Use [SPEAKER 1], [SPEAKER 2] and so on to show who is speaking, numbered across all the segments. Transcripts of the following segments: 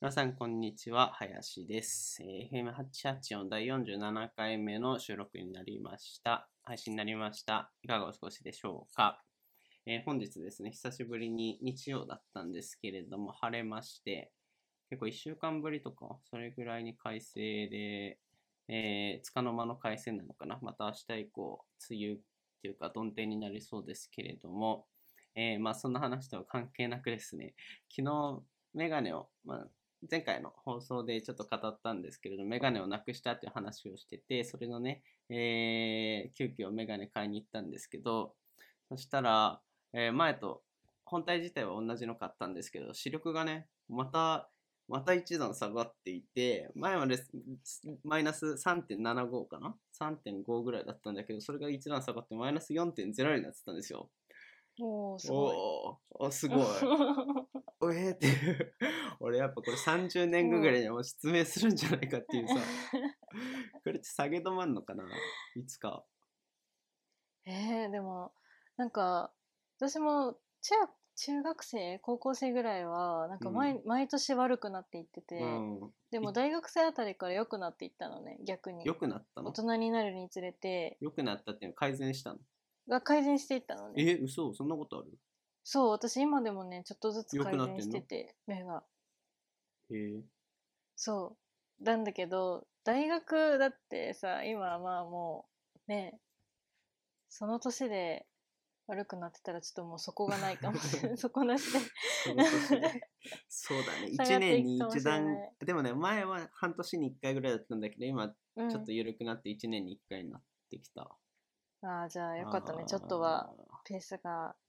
[SPEAKER 1] 皆さん、こんにちは。林です。えー FM884 第47回目の収録になりました。配信になりました。いかがお過ごしでしょうか、えー本日ですね、久しぶりに日曜だったんですけれども、晴れまして、結構1週間ぶりとか、それぐらいに快晴で、えー、つかの間の快晴なのかな。また明日以降、梅雨っていうか、曇天になりそうですけれども、えーまあ、そんな話とは関係なくですね、昨日、メガネを、まあ、前回の放送でちょっと語ったんですけれど、メガネをなくしたっていう話をしてて、それのね、えー急遽メガネ買いに行ったんですけど、そしたら、えー前と、本体自体は同じの買ったんですけど、視力がね、また、また一段下がっていて、前はですマイナス3.75かな ?3.5 ぐらいだったんだけど、それが一段下がってマイナス4.0になってたんですよ。
[SPEAKER 2] おおすごい。
[SPEAKER 1] おーお、すごい。うえーっていう 俺やっぱこれ30年後ぐらいにはもう失明するんじゃないかっていうさ これって下げ止まんのかないつか
[SPEAKER 2] えー、でもなんか私も中中学生高校生ぐらいはなんか毎,、毎年悪くなっていってて、
[SPEAKER 1] うん
[SPEAKER 2] でも大学生あたりから良くなっていったのね逆に
[SPEAKER 1] 良くなった
[SPEAKER 2] 大
[SPEAKER 1] の
[SPEAKER 2] 人になるにつれて
[SPEAKER 1] 良くなったっていうのは改善したの
[SPEAKER 2] が改善していったのね
[SPEAKER 1] え嘘そんなことある
[SPEAKER 2] そう私今でもねちょっとずつ
[SPEAKER 1] 良く
[SPEAKER 2] 改
[SPEAKER 1] なってんの
[SPEAKER 2] 善してて目が
[SPEAKER 1] へ え
[SPEAKER 2] そうなんだけど大学だってさ今まあもうねその年で悪くなってたらちょっともう底がな いかもしれない底なしで
[SPEAKER 1] その年でそうだね
[SPEAKER 2] 下が
[SPEAKER 1] 1
[SPEAKER 2] って
[SPEAKER 1] 年
[SPEAKER 2] い
[SPEAKER 1] に
[SPEAKER 2] くかもし
[SPEAKER 1] 1
[SPEAKER 2] れない
[SPEAKER 1] 段でもね前は半年に1回ぐらいだったんだけど今ち
[SPEAKER 2] うん
[SPEAKER 1] ょっと緩くなって1年に1回になってきた、
[SPEAKER 2] ああじゃあよかったねちょっとはペースが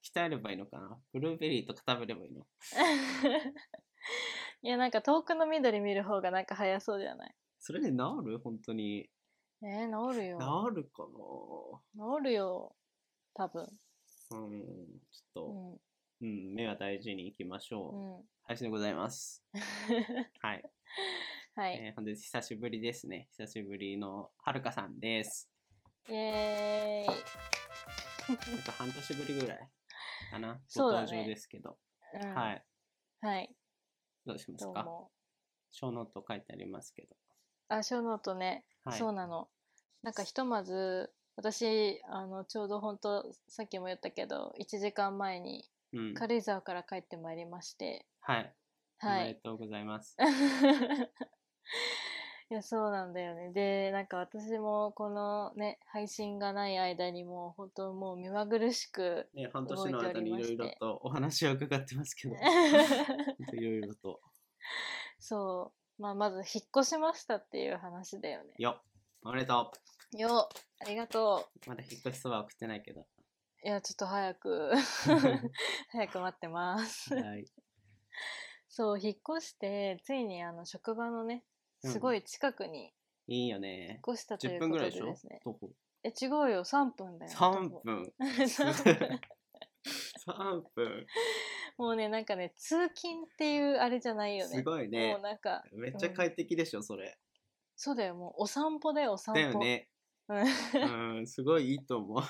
[SPEAKER 1] 鍛えればいいのかなブルーベリーとか食べればいいの
[SPEAKER 2] いやなんか遠くの緑見る方がなんか早そうじゃない
[SPEAKER 1] それで治る本当に
[SPEAKER 2] えー、治るよ
[SPEAKER 1] 治るか
[SPEAKER 2] 治るよ多分
[SPEAKER 1] なうん、ち
[SPEAKER 2] う
[SPEAKER 1] ょっ
[SPEAKER 2] ん
[SPEAKER 1] と、うん、目は大事にいきましょう。
[SPEAKER 2] うん
[SPEAKER 1] 配信でござい ます。はい。
[SPEAKER 2] はい、
[SPEAKER 1] えー、本日久しぶりですね。久しぶりのはるかさんです。
[SPEAKER 2] イエーイ
[SPEAKER 1] なんか半年ぶりぐらいかな。
[SPEAKER 2] そうだね
[SPEAKER 1] ご登場ですけど。
[SPEAKER 2] うん
[SPEAKER 1] はい。
[SPEAKER 2] はい
[SPEAKER 1] どうします
[SPEAKER 2] どう
[SPEAKER 1] か
[SPEAKER 2] も
[SPEAKER 1] 小ノート書いてありますけど。
[SPEAKER 2] あショーノートね
[SPEAKER 1] はい。
[SPEAKER 2] そうなの。なんかひとまず私あのちょうど本当さっきも言ったけど1時間前に
[SPEAKER 1] うん。
[SPEAKER 2] 軽井沢から帰ってまいりまして、
[SPEAKER 1] はい。
[SPEAKER 2] は
[SPEAKER 1] おめで
[SPEAKER 2] い。
[SPEAKER 1] とうございます。
[SPEAKER 2] いやそうなんだよね。でなんか私もこのね配信がない間にもう本当もう目まぐるしく
[SPEAKER 1] ね、半年の
[SPEAKER 2] 動い
[SPEAKER 1] 間
[SPEAKER 2] ており
[SPEAKER 1] にい
[SPEAKER 2] ま
[SPEAKER 1] ろ
[SPEAKER 2] して
[SPEAKER 1] いろとお話を伺ってます けど。いろいろと。
[SPEAKER 2] そう、まあ、まず引っ越しましたっていう話だよね。
[SPEAKER 1] よおめでと
[SPEAKER 2] よっありがと
[SPEAKER 1] うまだ引っ越しそば送ってないけ ど。
[SPEAKER 2] う。いやちょっと 早く早く待ってます。
[SPEAKER 1] はい。
[SPEAKER 2] そう引っ越してついにあの職場のね
[SPEAKER 1] うん
[SPEAKER 2] すごい近くに
[SPEAKER 1] いいよ ね。
[SPEAKER 2] 引っ越したとい
[SPEAKER 1] 10
[SPEAKER 2] うこ
[SPEAKER 1] 分ぐ
[SPEAKER 2] と
[SPEAKER 1] ら
[SPEAKER 2] で
[SPEAKER 1] いでしょ
[SPEAKER 2] ですね、
[SPEAKER 1] 徒歩
[SPEAKER 2] え違うよ3分だよ
[SPEAKER 1] 3
[SPEAKER 2] 徒
[SPEAKER 1] 分。
[SPEAKER 2] 歩 3分
[SPEAKER 1] 3分。
[SPEAKER 2] もうねなんかね通勤っていうあれじゃないよね
[SPEAKER 1] すごいね
[SPEAKER 2] もう。なんか
[SPEAKER 1] めっちゃ快適でしょ、それ。
[SPEAKER 2] そうだよもうお散歩だよお散
[SPEAKER 1] だ
[SPEAKER 2] 歩
[SPEAKER 1] よね。
[SPEAKER 2] うん
[SPEAKER 1] うん、すごいいいと思う。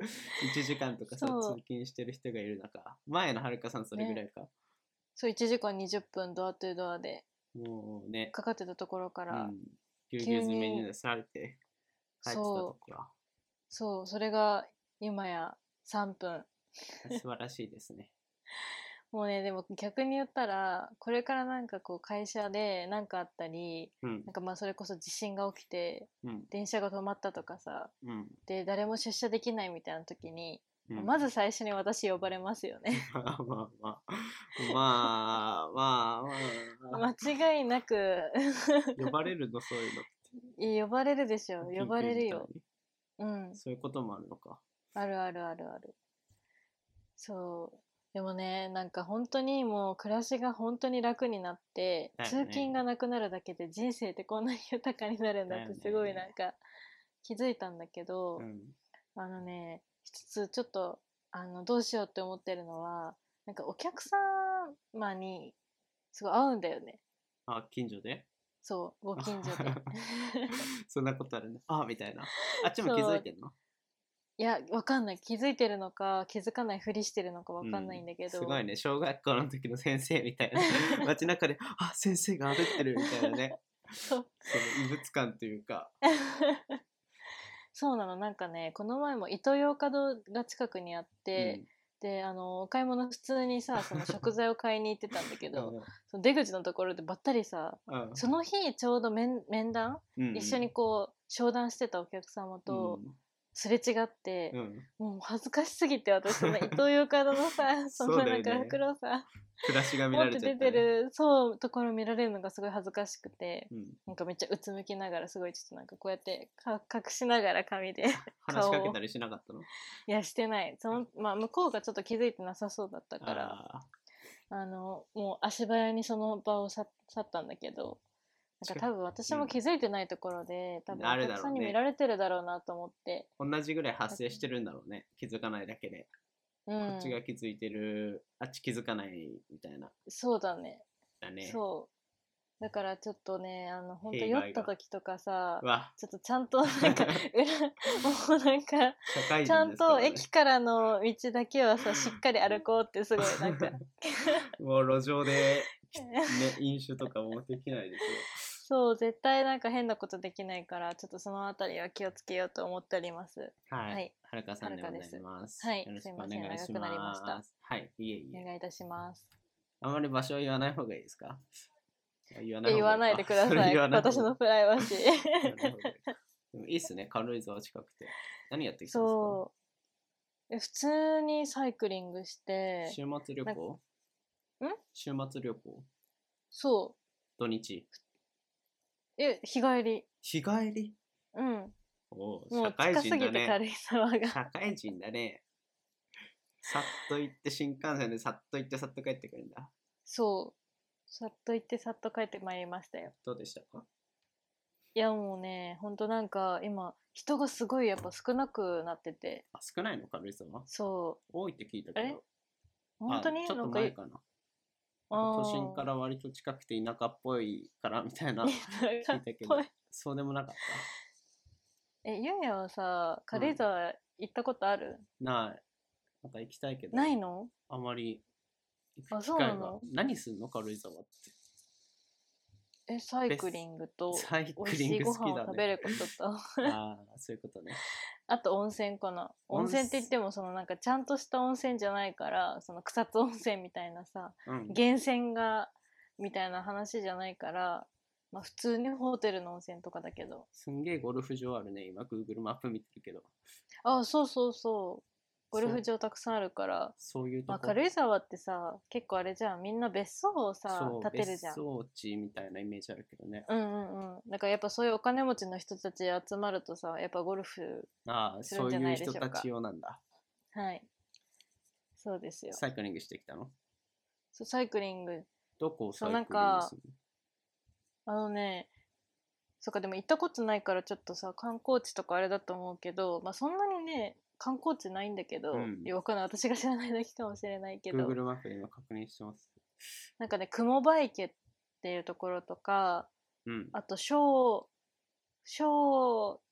[SPEAKER 1] 1時間とかさ、
[SPEAKER 2] そう
[SPEAKER 1] 通勤してる人がいる中。前のはるかさんそれぐらいか。
[SPEAKER 2] そう1時間20分ドアトゥドアで
[SPEAKER 1] もうね。
[SPEAKER 2] かかってたところか
[SPEAKER 1] う
[SPEAKER 2] ら、
[SPEAKER 1] ん。ぎゅうぎゅう詰めに出されて帰ってたと
[SPEAKER 2] そ
[SPEAKER 1] こは。
[SPEAKER 2] うそうそれが今や3分
[SPEAKER 1] 素晴らしいですね。
[SPEAKER 2] もうねでも逆に言ったらこれからなんかこう会社で何かあったり
[SPEAKER 1] うん
[SPEAKER 2] なん。かまあそれこそ地震が起きて
[SPEAKER 1] うん。
[SPEAKER 2] 電車が止まったとかさ
[SPEAKER 1] うん。
[SPEAKER 2] で誰も出社できないみたいな時に、
[SPEAKER 1] うん
[SPEAKER 2] まず最初に私呼ばれます よね
[SPEAKER 1] まあまあまあ。まあまあまあ。
[SPEAKER 2] 間違いなく
[SPEAKER 1] 呼ばれるのそういうの
[SPEAKER 2] いや呼ばれるでしょ
[SPEAKER 1] 緊急
[SPEAKER 2] 呼ばれるよ
[SPEAKER 1] 事
[SPEAKER 2] うん
[SPEAKER 1] 態そういうこともあるのか
[SPEAKER 2] あるあるあるあるそうでもねなんか本当にもう暮らしが本当に楽になって、
[SPEAKER 1] だよね
[SPEAKER 2] 通勤がなくなるだけで人生ってこんなに豊かになるんだっ
[SPEAKER 1] だよ
[SPEAKER 2] て
[SPEAKER 1] ね
[SPEAKER 2] すごいなんか気づいたんだけど、
[SPEAKER 1] うん
[SPEAKER 2] あのね、一つちょっと、あの、どうしようって思ってるのは、なんかお客様にすごい合うんだよね。
[SPEAKER 1] あ近所で
[SPEAKER 2] そう、ご近所で。
[SPEAKER 1] そんなことあるねあみたいなあっちも気づいてんの
[SPEAKER 2] いやわかんない気づいてるのか気づかないふりしてるのかわかんないんだけど、
[SPEAKER 1] すごいね小学校の時の先生みたいな 街中で「あ先生が歩ってる」みたいなね
[SPEAKER 2] そう
[SPEAKER 1] その異物感というか
[SPEAKER 2] そうなのなんかねこの前もイトーヨーカドーが近くにあって、であのお買い物普通にさその食材を買いに行ってたんだ け
[SPEAKER 1] うん
[SPEAKER 2] どその出口のところでばったりさ
[SPEAKER 1] うん
[SPEAKER 2] その日ちょうど面面談、
[SPEAKER 1] うん
[SPEAKER 2] 一緒にこう商談してたお客様とすれ違って
[SPEAKER 1] うん、うん
[SPEAKER 2] もう恥ずかしすぎて私 その伊東洋華堂のさそんななん
[SPEAKER 1] そうだ
[SPEAKER 2] か
[SPEAKER 1] よね
[SPEAKER 2] 袋さ、
[SPEAKER 1] 暮らしが見
[SPEAKER 2] 持
[SPEAKER 1] ら
[SPEAKER 2] っ
[SPEAKER 1] れ
[SPEAKER 2] て
[SPEAKER 1] ちゃ
[SPEAKER 2] 出
[SPEAKER 1] ったね、
[SPEAKER 2] てるそうところ見られるのがすごい恥ずかしくて
[SPEAKER 1] うん、
[SPEAKER 2] なんかめっちゃうつむきながらすごいちょっとなんかこうやってか隠しながら髪で
[SPEAKER 1] 話しかけたりしなかったの
[SPEAKER 2] いやしてないその、まあ、向こうがちょっと気づいてなさそうだったから
[SPEAKER 1] あー
[SPEAKER 2] あのもう足早にその場を去去ったんだけどなんか多分私も気づいてないところで、多分
[SPEAKER 1] な
[SPEAKER 2] お
[SPEAKER 1] るだろうね
[SPEAKER 2] 客さんに見られてるだろうなと思って、
[SPEAKER 1] 同じぐらい発生してるんだろうね気づかないだけで、
[SPEAKER 2] うん、
[SPEAKER 1] こっちが気づいてるあっち気づかないみたいな
[SPEAKER 2] そうだね
[SPEAKER 1] だね
[SPEAKER 2] そうだからちょっとねあの本当
[SPEAKER 1] 弊
[SPEAKER 2] 酔
[SPEAKER 1] 害
[SPEAKER 2] っ
[SPEAKER 1] が
[SPEAKER 2] た時とかさ
[SPEAKER 1] わ
[SPEAKER 2] ちょっとちゃんとなん か裏もうなんか
[SPEAKER 1] 社会人です
[SPEAKER 2] ちゃんと
[SPEAKER 1] からね
[SPEAKER 2] 駅からの道だ けはさしっかり歩こうってすごいなんか
[SPEAKER 1] もう路上 で、ね、飲酒とかもできないです
[SPEAKER 2] そう絶対なんか変なことできないからちょっとそのあたりは気をつけようと思っております
[SPEAKER 1] よ。は
[SPEAKER 2] はいい。
[SPEAKER 1] はるかさんでございます。
[SPEAKER 2] はい
[SPEAKER 1] よろしくお
[SPEAKER 2] すい
[SPEAKER 1] 願い
[SPEAKER 2] ま
[SPEAKER 1] し
[SPEAKER 2] せん長くなりま
[SPEAKER 1] ま
[SPEAKER 2] し
[SPEAKER 1] す。
[SPEAKER 2] た
[SPEAKER 1] はい。いえい
[SPEAKER 2] お
[SPEAKER 1] え。
[SPEAKER 2] 願いいたします
[SPEAKER 1] あまり場所は言わない方がいいですか言わ
[SPEAKER 2] え言わないでください私 のプライバシー
[SPEAKER 1] いいいっすね。軽井沢近くて。何やってきたんですか
[SPEAKER 2] そうえ普通にサイクリングして
[SPEAKER 1] 週末旅行
[SPEAKER 2] なん
[SPEAKER 1] 週末旅行
[SPEAKER 2] そ
[SPEAKER 1] 土日
[SPEAKER 2] うえ日帰り
[SPEAKER 1] 日帰り
[SPEAKER 2] うん
[SPEAKER 1] おう
[SPEAKER 2] もう
[SPEAKER 1] 社会
[SPEAKER 2] 近す
[SPEAKER 1] 人
[SPEAKER 2] ぎ
[SPEAKER 1] だ
[SPEAKER 2] て
[SPEAKER 1] ね。
[SPEAKER 2] 軽井沢が
[SPEAKER 1] 社会人だね。さっと行って新幹線でさっと行ってさっと帰ってくるんだ。
[SPEAKER 2] そう。さっと行ってさっと帰ってまいりましたよ。
[SPEAKER 1] どうでしたか
[SPEAKER 2] いやもうね、ほんとなんか今、人がすごいやっぱ少なくなってて、
[SPEAKER 1] あ少ないの軽井沢
[SPEAKER 2] そ
[SPEAKER 1] 多いって聞いたけ
[SPEAKER 2] あれ
[SPEAKER 1] ど。
[SPEAKER 2] う。本当に
[SPEAKER 1] あちょっ
[SPEAKER 2] な
[SPEAKER 1] と
[SPEAKER 2] んか
[SPEAKER 1] 前かな。
[SPEAKER 2] あー
[SPEAKER 1] 都心から割と近くて田舎っぽいからみ たいな聞い
[SPEAKER 2] 田舎
[SPEAKER 1] た
[SPEAKER 2] っ
[SPEAKER 1] けど
[SPEAKER 2] ぽい、
[SPEAKER 1] そうでもなかっ
[SPEAKER 2] え、ゆうやはさ、軽井沢行ったことある、
[SPEAKER 1] た。ない。また行きたいけど、
[SPEAKER 2] ないの
[SPEAKER 1] あまり行
[SPEAKER 2] あ
[SPEAKER 1] く機
[SPEAKER 2] そうな
[SPEAKER 1] 会
[SPEAKER 2] の
[SPEAKER 1] が。何するの軽井沢って。
[SPEAKER 2] え、サイクリングと、
[SPEAKER 1] サイ
[SPEAKER 2] 美
[SPEAKER 1] ク
[SPEAKER 2] 味
[SPEAKER 1] リ
[SPEAKER 2] し
[SPEAKER 1] ン
[SPEAKER 2] い
[SPEAKER 1] グ
[SPEAKER 2] ご
[SPEAKER 1] 好き
[SPEAKER 2] 飯を
[SPEAKER 1] だ
[SPEAKER 2] 食べ
[SPEAKER 1] ね。
[SPEAKER 2] ることと、
[SPEAKER 1] ああ、そういうことね。
[SPEAKER 2] あと温泉かな。
[SPEAKER 1] 温
[SPEAKER 2] 温
[SPEAKER 1] 泉
[SPEAKER 2] 泉って言っても、そのなんかちゃんとした温泉じゃないから、その草津温泉みたいなさ、
[SPEAKER 1] うん。
[SPEAKER 2] 源泉がみたいな話じゃないから、まあ、普通にホテルの温泉とかだけど
[SPEAKER 1] すんげえゴルフ場あるね。今、Google マップ見てるけど。
[SPEAKER 2] あそうそうそうゴル
[SPEAKER 1] そう
[SPEAKER 2] フ場たくさんあるから、
[SPEAKER 1] そういうとこ。
[SPEAKER 2] まあ、軽井沢ってさ結構あれじゃんみんな別荘をさ
[SPEAKER 1] そう
[SPEAKER 2] 建てるじゃん
[SPEAKER 1] 別荘地みたいなイメージあるけどね。
[SPEAKER 2] うんうんうんだからやっぱそういうお金持ちの人たち集まるとさやっぱゴルフ
[SPEAKER 1] ああ、
[SPEAKER 2] する
[SPEAKER 1] そ
[SPEAKER 2] ん
[SPEAKER 1] う
[SPEAKER 2] じゃ
[SPEAKER 1] い
[SPEAKER 2] な
[SPEAKER 1] う
[SPEAKER 2] いでしょ
[SPEAKER 1] 人
[SPEAKER 2] うか
[SPEAKER 1] たち用なんだ。
[SPEAKER 2] はいそうですよ
[SPEAKER 1] サイクリングしてきたの
[SPEAKER 2] そうサイクリング
[SPEAKER 1] どこをサ
[SPEAKER 2] そ
[SPEAKER 1] イ
[SPEAKER 2] う
[SPEAKER 1] クリングする
[SPEAKER 2] あのねそっかでも行ったことないからちょっとさ観光地とかあれだと思うけど、まあ、そんなにね観光地ないんだけど、
[SPEAKER 1] うん
[SPEAKER 2] いやわかんない私が知らないだけかもしれないけど
[SPEAKER 1] の ?Google マップで今確認してます。
[SPEAKER 2] なんかね雲場池っていうところとか
[SPEAKER 1] うん。
[SPEAKER 2] あと小小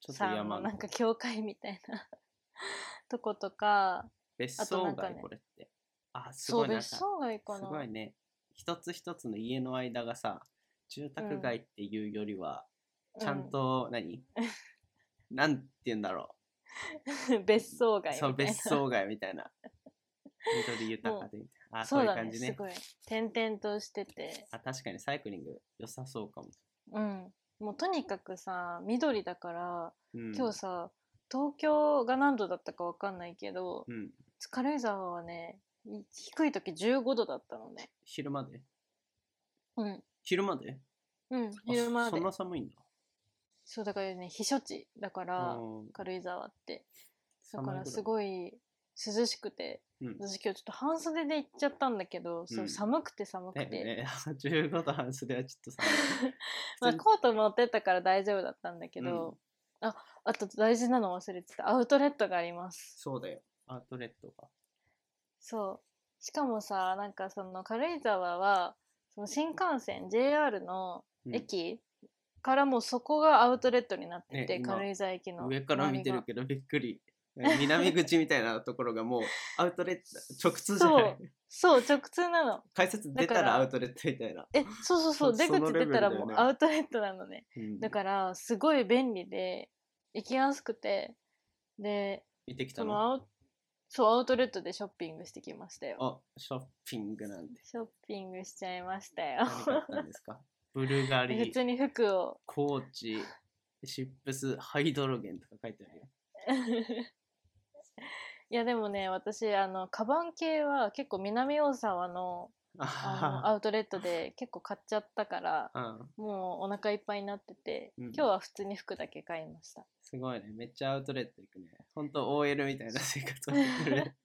[SPEAKER 1] ちょっと
[SPEAKER 2] さん
[SPEAKER 1] 山
[SPEAKER 2] の
[SPEAKER 1] の
[SPEAKER 2] なんか教会みたいな とことか
[SPEAKER 1] 別
[SPEAKER 2] あと
[SPEAKER 1] 荘
[SPEAKER 2] なんか
[SPEAKER 1] 街、
[SPEAKER 2] ね
[SPEAKER 1] これって。あ、す
[SPEAKER 2] そ
[SPEAKER 1] ご
[SPEAKER 2] う
[SPEAKER 1] いなんか。
[SPEAKER 2] 別
[SPEAKER 1] す
[SPEAKER 2] 荘街かな
[SPEAKER 1] ごいね。一つ一つの家の間がさ、住宅街っていうよりは、ちゃんと何、なんて言うんだろ
[SPEAKER 2] うん 別荘
[SPEAKER 1] う。
[SPEAKER 2] 街みた
[SPEAKER 1] そ、
[SPEAKER 2] いうな
[SPEAKER 1] 別荘街みたいな。緑豊かでみたい な。あ、そ
[SPEAKER 2] そうう
[SPEAKER 1] いう
[SPEAKER 2] だ
[SPEAKER 1] 感
[SPEAKER 2] ね
[SPEAKER 1] じ
[SPEAKER 2] す
[SPEAKER 1] ね。
[SPEAKER 2] ごい点々としてて
[SPEAKER 1] あ、確かにサイクリング良さそうかも。
[SPEAKER 2] うんもうとにかくさ緑だから
[SPEAKER 1] うん、
[SPEAKER 2] 今日さ、東京が何度だったかわかんないけど
[SPEAKER 1] うん。
[SPEAKER 2] 軽井沢はねい低い時15度だったのね
[SPEAKER 1] 昼間で
[SPEAKER 2] うん
[SPEAKER 1] 昼間で
[SPEAKER 2] うん
[SPEAKER 1] あ
[SPEAKER 2] 昼間
[SPEAKER 1] そ
[SPEAKER 2] で
[SPEAKER 1] んな寒いんだ。
[SPEAKER 2] そうだからね避暑地だから
[SPEAKER 1] うん
[SPEAKER 2] 軽井沢ってだ
[SPEAKER 1] 寒
[SPEAKER 2] か
[SPEAKER 1] い
[SPEAKER 2] ら
[SPEAKER 1] ぐ
[SPEAKER 2] すごい涼しくて
[SPEAKER 1] うん
[SPEAKER 2] 私今日ちょっと半袖で行っちゃったんだけど、そううん寒くて寒く
[SPEAKER 1] だ
[SPEAKER 2] て、
[SPEAKER 1] よね。15度半袖はちょっと寒い。 普
[SPEAKER 2] まあ、
[SPEAKER 1] 通に
[SPEAKER 2] コート持ってったから大丈夫だったんだけど、ああと大事なの忘れてたアウトレットがあります
[SPEAKER 1] そうだよ。アウトレットが。
[SPEAKER 2] そうしかもさなんかその軽井沢はその新幹線 JR の
[SPEAKER 1] うん
[SPEAKER 2] 駅からもうそこがアウトレットになってて、
[SPEAKER 1] ね今
[SPEAKER 2] 軽井沢駅の
[SPEAKER 1] 上から見てる
[SPEAKER 2] 周
[SPEAKER 1] けどびっくり。南口みたいなところがもうアウトレッ ト直通じゃない
[SPEAKER 2] そう直通なの
[SPEAKER 1] 改札出た
[SPEAKER 2] だからら
[SPEAKER 1] アウトレットみたいな、
[SPEAKER 2] えそうそうそ
[SPEAKER 1] そ
[SPEAKER 2] う出
[SPEAKER 1] その
[SPEAKER 2] 口
[SPEAKER 1] レベ
[SPEAKER 2] 出
[SPEAKER 1] ルだ
[SPEAKER 2] た
[SPEAKER 1] よ
[SPEAKER 2] ら
[SPEAKER 1] ね
[SPEAKER 2] もうアウトレットなのね
[SPEAKER 1] うん、
[SPEAKER 2] だからすごい便利で行きやすくてで
[SPEAKER 1] 行ってきた
[SPEAKER 2] そ
[SPEAKER 1] の
[SPEAKER 2] のアウそうアウトレットでショッピングしてきましたよ
[SPEAKER 1] あショッピングなんて
[SPEAKER 2] ショッピングしちゃいましたよ
[SPEAKER 1] 何買ったんですか ブルガ
[SPEAKER 2] 普
[SPEAKER 1] リ
[SPEAKER 2] 通に服を
[SPEAKER 1] コーチシップスハイドロゲンとか書いてあるよ
[SPEAKER 2] いやでもね私あのカバン系は結構南大沢のあの
[SPEAKER 1] あ
[SPEAKER 2] アウトレットで結構買っちゃったから
[SPEAKER 1] あ、うん、
[SPEAKER 2] もうお腹いっぱいになってて、
[SPEAKER 1] うん
[SPEAKER 2] 今日は普通に服だけ買いました
[SPEAKER 1] すごいねめっちゃアウトレット行くねほんと OL みたい な生活をしてるね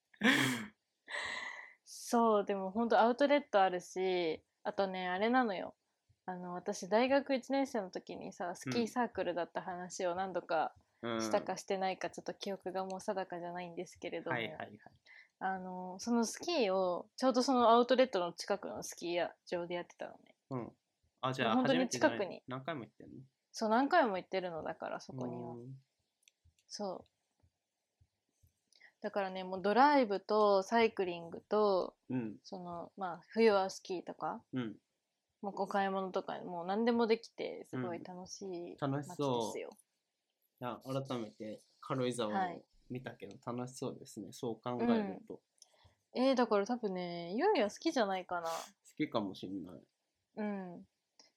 [SPEAKER 2] そうでも本当アウトレットあるしあとねあれなのよあの私大学1年生の時にさスキ
[SPEAKER 1] うん
[SPEAKER 2] ーサークルだった話を何度か
[SPEAKER 1] うん
[SPEAKER 2] したかしてないかちょっと記憶がもう定かじゃないんですけれども、
[SPEAKER 1] はいはいはい
[SPEAKER 2] あのそのスキーをちょうどそのアウトレットの近くのスキー場でやってたのね
[SPEAKER 1] うんあじゃあ
[SPEAKER 2] もう本当に
[SPEAKER 1] 初めてじゃない
[SPEAKER 2] 近くに
[SPEAKER 1] 何回も行ってんの
[SPEAKER 2] そう何回も行ってるのだからそこには
[SPEAKER 1] うん
[SPEAKER 2] そうだからねもうドライブとサイクリングと
[SPEAKER 1] うん
[SPEAKER 2] そのまあ冬はスキーとか
[SPEAKER 1] うん
[SPEAKER 2] もうお買い物とかもう何でもできてすご
[SPEAKER 1] う
[SPEAKER 2] い
[SPEAKER 1] ん
[SPEAKER 2] 楽しい
[SPEAKER 1] 楽しそう
[SPEAKER 2] ですよ、
[SPEAKER 1] いや改めて軽井沢
[SPEAKER 2] はい
[SPEAKER 1] を見たけど楽しそうですね、そう考えると好
[SPEAKER 2] えー、だから多分ねゆいは好きじゃないか
[SPEAKER 1] きかもしんない、
[SPEAKER 2] なうん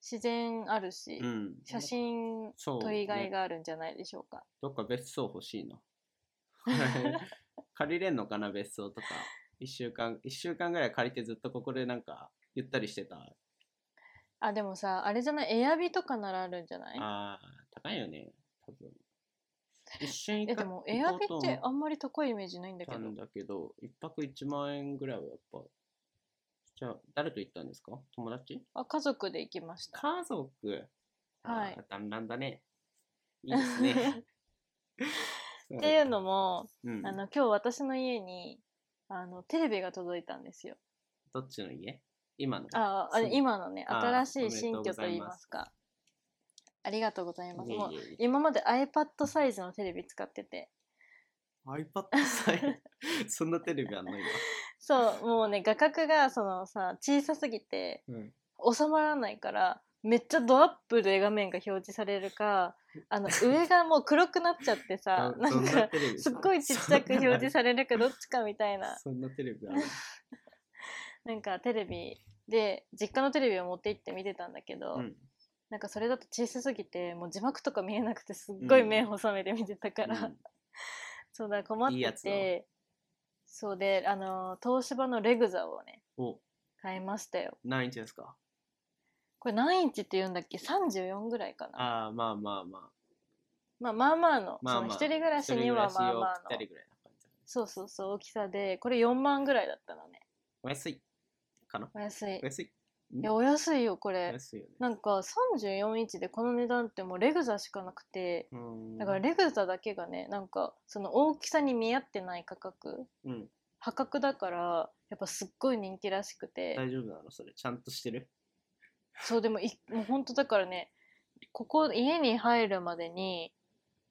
[SPEAKER 2] 自然あるし、
[SPEAKER 1] うん、
[SPEAKER 2] 写真
[SPEAKER 1] そう
[SPEAKER 2] と以外
[SPEAKER 1] ね
[SPEAKER 2] があるんじゃないでしょうか
[SPEAKER 1] どっか別荘欲し いな借りれんのかな別荘とか1週間一週間ぐらい借りてずっとここでなんかゆったりしてた
[SPEAKER 2] あでもさあれじゃないエアビとかならあるんじゃない
[SPEAKER 1] あー高いよね多分一瞬行
[SPEAKER 2] え
[SPEAKER 1] か
[SPEAKER 2] でもエア
[SPEAKER 1] 行こ
[SPEAKER 2] ビ
[SPEAKER 1] う
[SPEAKER 2] っ
[SPEAKER 1] と思
[SPEAKER 2] てあんまり高いイメージないんだ
[SPEAKER 1] っ
[SPEAKER 2] け
[SPEAKER 1] た
[SPEAKER 2] ど
[SPEAKER 1] んだけど一泊1万円ぐらいはやっぱじゃあ誰と行ったんですか友達
[SPEAKER 2] あ家族で行きました
[SPEAKER 1] 家族
[SPEAKER 2] はい
[SPEAKER 1] あー団らんだねいいです ねそ
[SPEAKER 2] っていうのも、
[SPEAKER 1] うん
[SPEAKER 2] あの今日私の家にあのテレビが届いたんですよ。
[SPEAKER 1] どっちの家今の
[SPEAKER 2] ああ
[SPEAKER 1] そう
[SPEAKER 2] 今のね
[SPEAKER 1] あ
[SPEAKER 2] 新し
[SPEAKER 1] おめで
[SPEAKER 2] い
[SPEAKER 1] とう
[SPEAKER 2] 新居とい
[SPEAKER 1] ご
[SPEAKER 2] い
[SPEAKER 1] ざいま
[SPEAKER 2] ますすかありがとうございます。
[SPEAKER 1] いえい
[SPEAKER 2] もう
[SPEAKER 1] えいえ
[SPEAKER 2] 今まで iPad サイズのテレビ使ってて
[SPEAKER 1] iPad さえそんなテレビあんの今、
[SPEAKER 2] そうもうね画角がそのさ小さすぎて
[SPEAKER 1] うん、
[SPEAKER 2] 収まらないからめっちゃドアップで画面が表示されるかあの上がもう黒くなっちゃって さな
[SPEAKER 1] ど
[SPEAKER 2] ん
[SPEAKER 1] どな
[SPEAKER 2] か
[SPEAKER 1] テレビ
[SPEAKER 2] すっごいちっちゃく表示
[SPEAKER 1] さ
[SPEAKER 2] されるかどっちかみたいな
[SPEAKER 1] そんなテレビある
[SPEAKER 2] なんかテレビで実家のテレビを持って行って見てたんだけど、
[SPEAKER 1] うん
[SPEAKER 2] なんかそれだと小さすぎてもう字幕とか見えなくてすっごい
[SPEAKER 1] うん
[SPEAKER 2] 目細めて見てたから、
[SPEAKER 1] うん
[SPEAKER 2] そうだ困っ
[SPEAKER 1] いい
[SPEAKER 2] て
[SPEAKER 1] やつ
[SPEAKER 2] てそうであの東芝のレグザをね
[SPEAKER 1] お
[SPEAKER 2] 買いましたよ
[SPEAKER 1] 何インチですか
[SPEAKER 2] これ何インチって言うんだっけ34ぐらいかな
[SPEAKER 1] ああまあまあまあ
[SPEAKER 2] まあまあまあの,、
[SPEAKER 1] まあまあ
[SPEAKER 2] その一人暮らしにはまあまあ
[SPEAKER 1] 一人暮らし用ぴった
[SPEAKER 2] の
[SPEAKER 1] りぐらいな感じ
[SPEAKER 2] そうそうそう大きさでこれ4万ぐらいだったのね
[SPEAKER 1] お安いかな
[SPEAKER 2] お安い
[SPEAKER 1] お安い
[SPEAKER 2] いやお安いよこ
[SPEAKER 1] お
[SPEAKER 2] れ
[SPEAKER 1] 安いよね
[SPEAKER 2] なんか34インチでこの値段ってもうレグザしかなくて
[SPEAKER 1] うーん
[SPEAKER 2] だからレグザだけがねなんかその大きさに見合ってない価格
[SPEAKER 1] うん
[SPEAKER 2] 破格だからやっぱすっごい人気らしくて
[SPEAKER 1] 大丈夫なのそれちゃんとしてる
[SPEAKER 2] そうでもいもうほんとだからねここ家に入るまでに